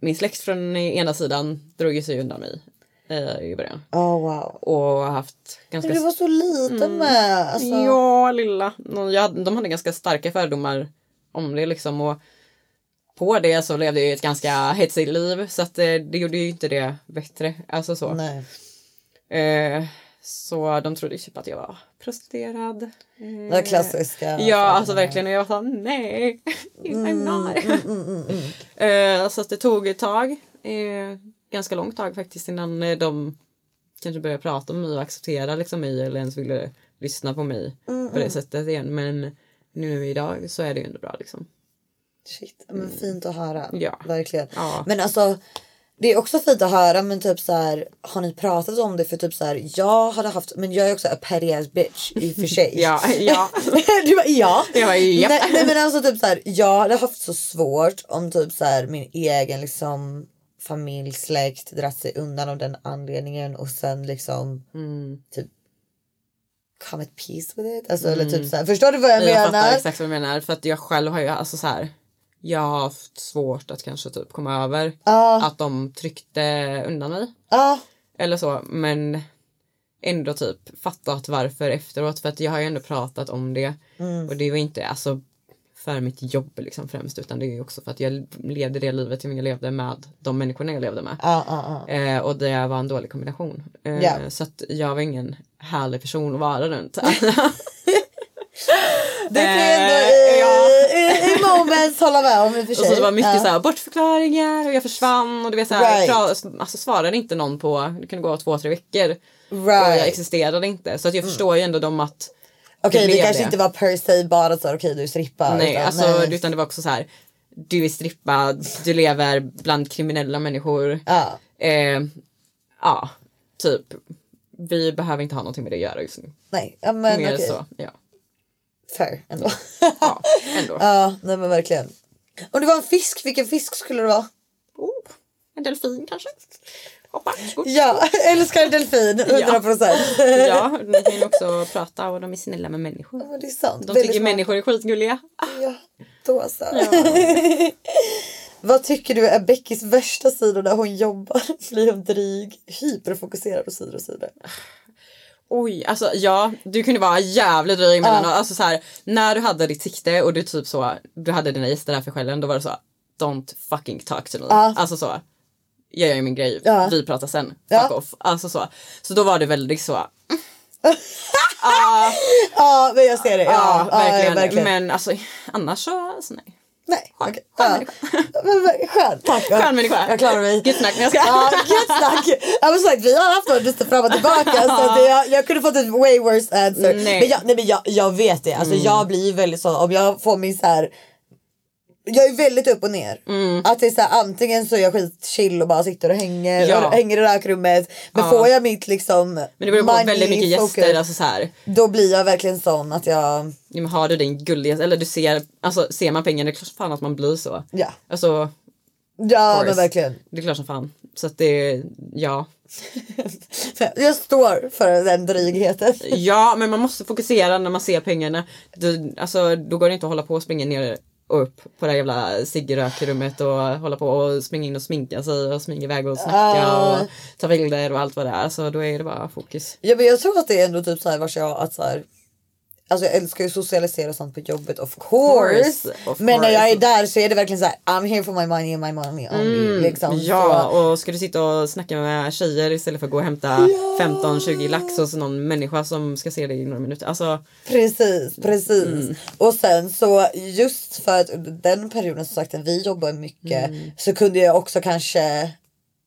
S4: min släkt från ena sidan drog ju sig undan mig eh, i början
S3: Åh wow.
S4: och har haft ganska
S3: Men du var så liten
S4: Mm.
S3: med. Alltså,
S4: Ja, lilla. De- Jag, hade- de hade ganska starka fördomar om det liksom. Och på det så levde jag ju ett ganska hetsigt liv så att eh, det gjorde ju inte det bättre. Alltså så.
S3: Nej.
S4: Eh, så de trodde ju typ att jag var prostituerad. Eh,
S3: Det där klassiska.
S4: Ja, alltså verkligen. Och jag var såhär, nej,
S3: Mm,
S4: I'm not. Eh, så att det tog ett tag, eh, ganska långt tag faktiskt, innan eh, de kanske började prata om mig och acceptera liksom, mig eller ens ville lyssna på mig
S3: Mm,
S4: på det sättet igen. Men nu idag så är det ju ändå bra liksom.
S3: Shit, men fint att höra.
S4: Ja.
S3: Verkligen.
S4: Ja.
S3: Men alltså, det är också fint att höra men typ så här, har ni pratat om det? För typ så här, jag hade haft, men jag är också a petty ass bitch i och för sig.
S4: Ja, ja.
S3: du bara, ja.
S4: Jag bara, japp.
S3: nej, nej men alltså typ så här, jag hade haft så svårt om typ så här min egen liksom familj, släkt dragit sig undan av den anledningen och sen liksom
S4: Mm.
S3: typ come at peace with it. Alltså eller typ så här, förstår du vad jag
S4: Mm. Jag fattar
S3: menar?
S4: exakt vad du menar för att jag själv har ju alltså så här jag har haft svårt att kanske typ komma över
S3: Ja.
S4: att de tryckte undan mig.
S3: Ja.
S4: Eller så, men ändå typ fattat varför efteråt för att jag har ju ändå pratat om det
S3: Mm.
S4: och det var inte alltså för mitt jobb liksom främst utan det är ju också för att jag levde det livet jag levde med de människorna jag levde med.
S3: Ja, ja, ja.
S4: Eh, och det var en dålig kombination. Eh,
S3: Ja.
S4: Så att jag var ingen härlig person att vara runt.
S3: Det kan jag ändå
S4: Eh,
S3: i,
S4: ja.
S3: i, i moments hålla med om i och för
S4: och
S3: sig.
S4: så det var mycket
S3: ja.
S4: så här, bortförklaringar och jag försvann och du vet så här,
S3: Right.
S4: pra- alltså, svarade inte någon på, det kunde gå två, tre veckor. Och jag
S3: Right.
S4: existerade inte. Så att
S3: Mm.
S4: jag förstår ju ändå dem att
S3: Okej,
S4: det
S3: det,
S4: blev
S3: kanske
S4: det.
S3: inte var per se bara så här, okej du är strippa.
S4: Nej,
S3: utan-
S4: alltså,
S3: nej.
S4: utan det var också så här. Du är strippa, du lever bland kriminella människor.
S3: Ja.
S4: Eh, ja, typ. Vi behöver inte ha någonting med det att göra just nu.
S3: Nej, ja, men
S4: Mer
S3: okej.
S4: så, ja.
S3: Fair ändå.
S4: ja ändå.
S3: ja, nej men verkligen. Om det var en fisk, vilken fisk skulle det vara?
S4: Oh, en delfin kanske? Hoppa, varsågod.
S3: Ja, älskar delfin, 100 procent.
S4: Ja, de kan ju också prata och de är snälla med människor.
S3: Det är sant.
S4: De
S3: Väldigt
S4: tycker
S3: smart.
S4: människor är skitgulliga.
S3: Ja, då så. Vad tycker du är Beckys värsta sidor när hon jobbar? Blir hon dryg, hyperfokuserad och sidor och sidor?
S4: Oj, alltså ja, du kunde vara jävligt dryg emellanåt. Alltså så här, när du hade ditt sikte och du typ så, du hade dina gäster där för skällen, då var det så don't fucking talk to me. Alltså så, jag gör ju min grej,
S3: Ja.
S4: vi pratar sen,
S3: Ja.
S4: fuck off. Alltså så. Så då var det väldigt så, ja,
S3: Ja, men jag ser det. Ja, ja,
S4: verkligen.
S3: Ja, verkligen.
S4: Men alltså annars så, alltså, nej.
S3: Nej,
S4: Skön-
S3: okej.
S4: skön
S3: Ja. Men, men, skön, tack.
S4: Skön människa.
S3: Jag klarar mig.
S4: Gud snack, men jag ska.
S3: Ja, gud snack. Ja, men som sagt, vi har haft några listor fram och tillbaka så att jag, jag kunde fått ett way worse answer.
S4: Nej. Mm.
S3: Men, jag, nej, men jag, jag vet det, alltså, jag blir ju väldigt så om jag får min så här jag är väldigt upp och ner.
S4: Mm.
S3: Att det är så här, antingen så är jag skitchill och bara sitter och hänger,
S4: Ja.
S3: och hänger i rökrummet. Men får jag mitt liksom
S4: Men det beror på
S3: money
S4: väldigt mycket
S3: focus,
S4: gäster, alltså så här.
S3: Då blir jag verkligen sån att jag,
S4: Ja, men har du din gulligaste, eller du ser, alltså ser man pengarna, det är klart som fan att man blir så.
S3: ja.
S4: Alltså,
S3: Ja men
S4: Forrest.
S3: verkligen.
S4: det är klart som fan. Så att det, ja.
S3: Jag står för den drygheten.
S4: Ja, men man måste fokusera när man ser pengarna. Du, alltså, då går det inte att hålla på och springa ner och upp på det här jävla ciggrökrummet och hålla på och springa in och sminka sig och smyga iväg och snacka
S3: Ah.
S4: och ta bilder och allt vad det är. Så då är det bara fokus.
S3: Ja, men jag tror att det är ändå typ så här vars jag att så här. Alltså jag älskar ju socialisera och sånt på jobbet of course.
S4: course, of
S3: men när jag är
S4: course. Mm,
S3: där så är det verkligen så här I'm here for my money and my money only. liksom.
S4: Ja,
S3: Så,
S4: och ska du sitta och snacka med tjejer istället för att gå och hämta 15-20 lax hos någon människa som ska se dig i några minuter. Alltså,
S3: precis, precis.
S4: Mm.
S3: Och sen så just för att under den perioden som sagt när vi jobbar mycket
S4: Mm.
S3: så kunde jag också kanske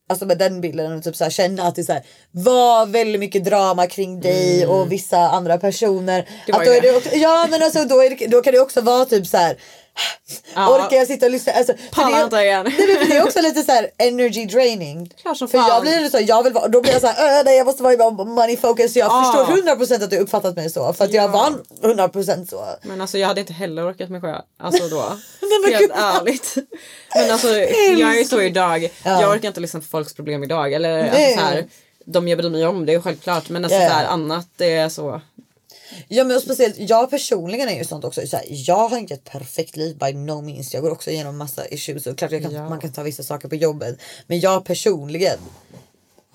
S3: Alltså med den bilden och typ så här, känna att det så här, var väldigt mycket drama kring dig och vissa andra personer.
S4: var
S3: Att då
S4: ju
S3: är
S4: Mm. det.
S3: det också, ja men alltså då, är det, då kan det också vara typ så här
S4: Ja.
S3: Orkar jag sitta och lyssna? Alltså, för
S4: Pallar
S3: det-
S4: inte igen.
S3: Nej, men för det är också lite så här energy draining.
S4: Klart som
S3: för
S4: fan.
S3: jag blir ju så, jag vill vara, då blir jag så här, "Äh, nej jag måste vara i money focus. Jag
S4: Ja.
S3: förstår 100% att du uppfattat mig så. För att jag var 100% så.
S4: men alltså jag hade inte heller orkat med sjö. Alltså då.
S3: men
S4: helt
S3: gud.
S4: ärligt. Men alltså jag är så idag. Jag orkar inte lyssna på folks problem idag. Eller alltså,
S3: Nej.
S4: så här, de jag bryr mig om, det är självklart. Men alltså,
S3: Ja.
S4: så här, annat det är så.
S3: Ja men och speciellt jag personligen är ju sånt också. Så här, jag har inte ett perfekt liv by no means. Jag går också igenom massa issues och klart jag kan, man kan ta vissa saker på jobbet. Men jag personligen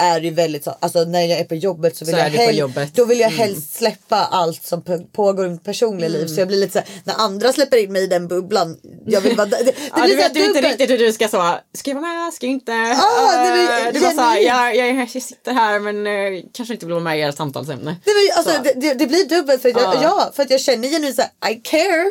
S3: är ju väldigt så, alltså när jag är på jobbet så vill
S4: Så
S3: jag
S4: är du på
S3: hell-
S4: jobbet. Mm.
S3: då vill jag helst släppa allt som p- pågår i mitt personliga liv så jag blir lite så här, när andra släpper in mig i den bubblan jag vill vara där. Det, det
S4: Ja,
S3: blir
S4: du
S3: så här
S4: vet ju inte
S3: dubbelt.
S4: riktigt hur du ska så. Ska jag vara med? Ska jag inte?
S3: Ah, det blir
S4: Eh, du bara så här,
S3: genuint.
S4: jag, jag, är här, jag sitter här men eh, kanske inte vill vara med i ert samtalsämne.
S3: Nej, men, alltså, det, det, det blir dubbelt för att jag, ja, för att jag känner genuint så här, I care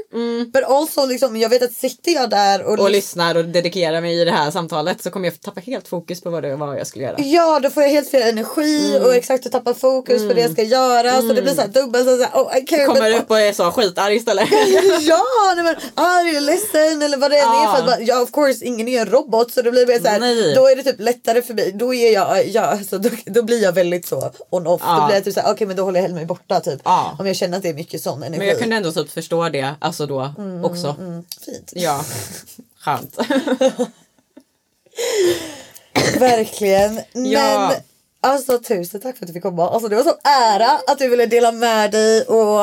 S3: but also liksom, jag vet att sitter jag där och,
S4: Mm.
S3: liksom-
S4: och
S3: lys-
S4: lyssnar och dedikerar mig i det här samtalet så kommer jag tappa helt fokus på vad, det, vad jag skulle göra.
S3: Ja, då får jag helt fel energi
S4: Mm.
S3: och exakt och tappar fokus på det jag ska göra. Så det blir så här dubbelt. Så här, oh, I care,
S4: Kommer
S3: but-
S4: upp och är så skitarg istället.
S3: ja, nej, men arg eller ledsen eller vad det än är. För att man, ja, of course, ingen är en robot så det blir mer så här,
S4: Ah. Nej.
S3: då är det typ lättare för mig. Då, är jag, ja, så då, då blir jag väldigt så on off. Då
S4: Ja.
S3: blir jag typ så här, okej men då håller jag hellre mig borta typ.
S4: Ja.
S3: Om jag känner att det är mycket sån energi.
S4: Ah. Men jag kunde ändå typ förstå det alltså då också.
S3: Fint.
S4: Ja, skönt.
S3: Verkligen. Men
S4: Ja.
S3: alltså tusen tack för att du fick komma. Alltså, det var sån ära att du ville dela med dig och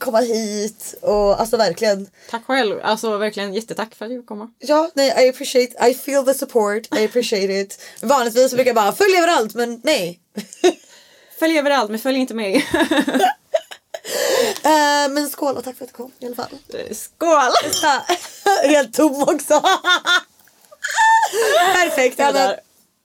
S3: komma hit och alltså verkligen.
S4: Tack själv. Alltså verkligen jättetack för att du fick komma.
S3: Ja, nej, I appreciate, I feel the support, I appreciate it. Vanligtvis brukar jag bara följ överallt, men nej.
S4: Följ överallt men följ inte mig.
S3: Eh, men skål och tack för att du kom i alla fall.
S4: Skål!
S3: Ja, Helt tom också. Perfekt. Ja, men,
S4: Där.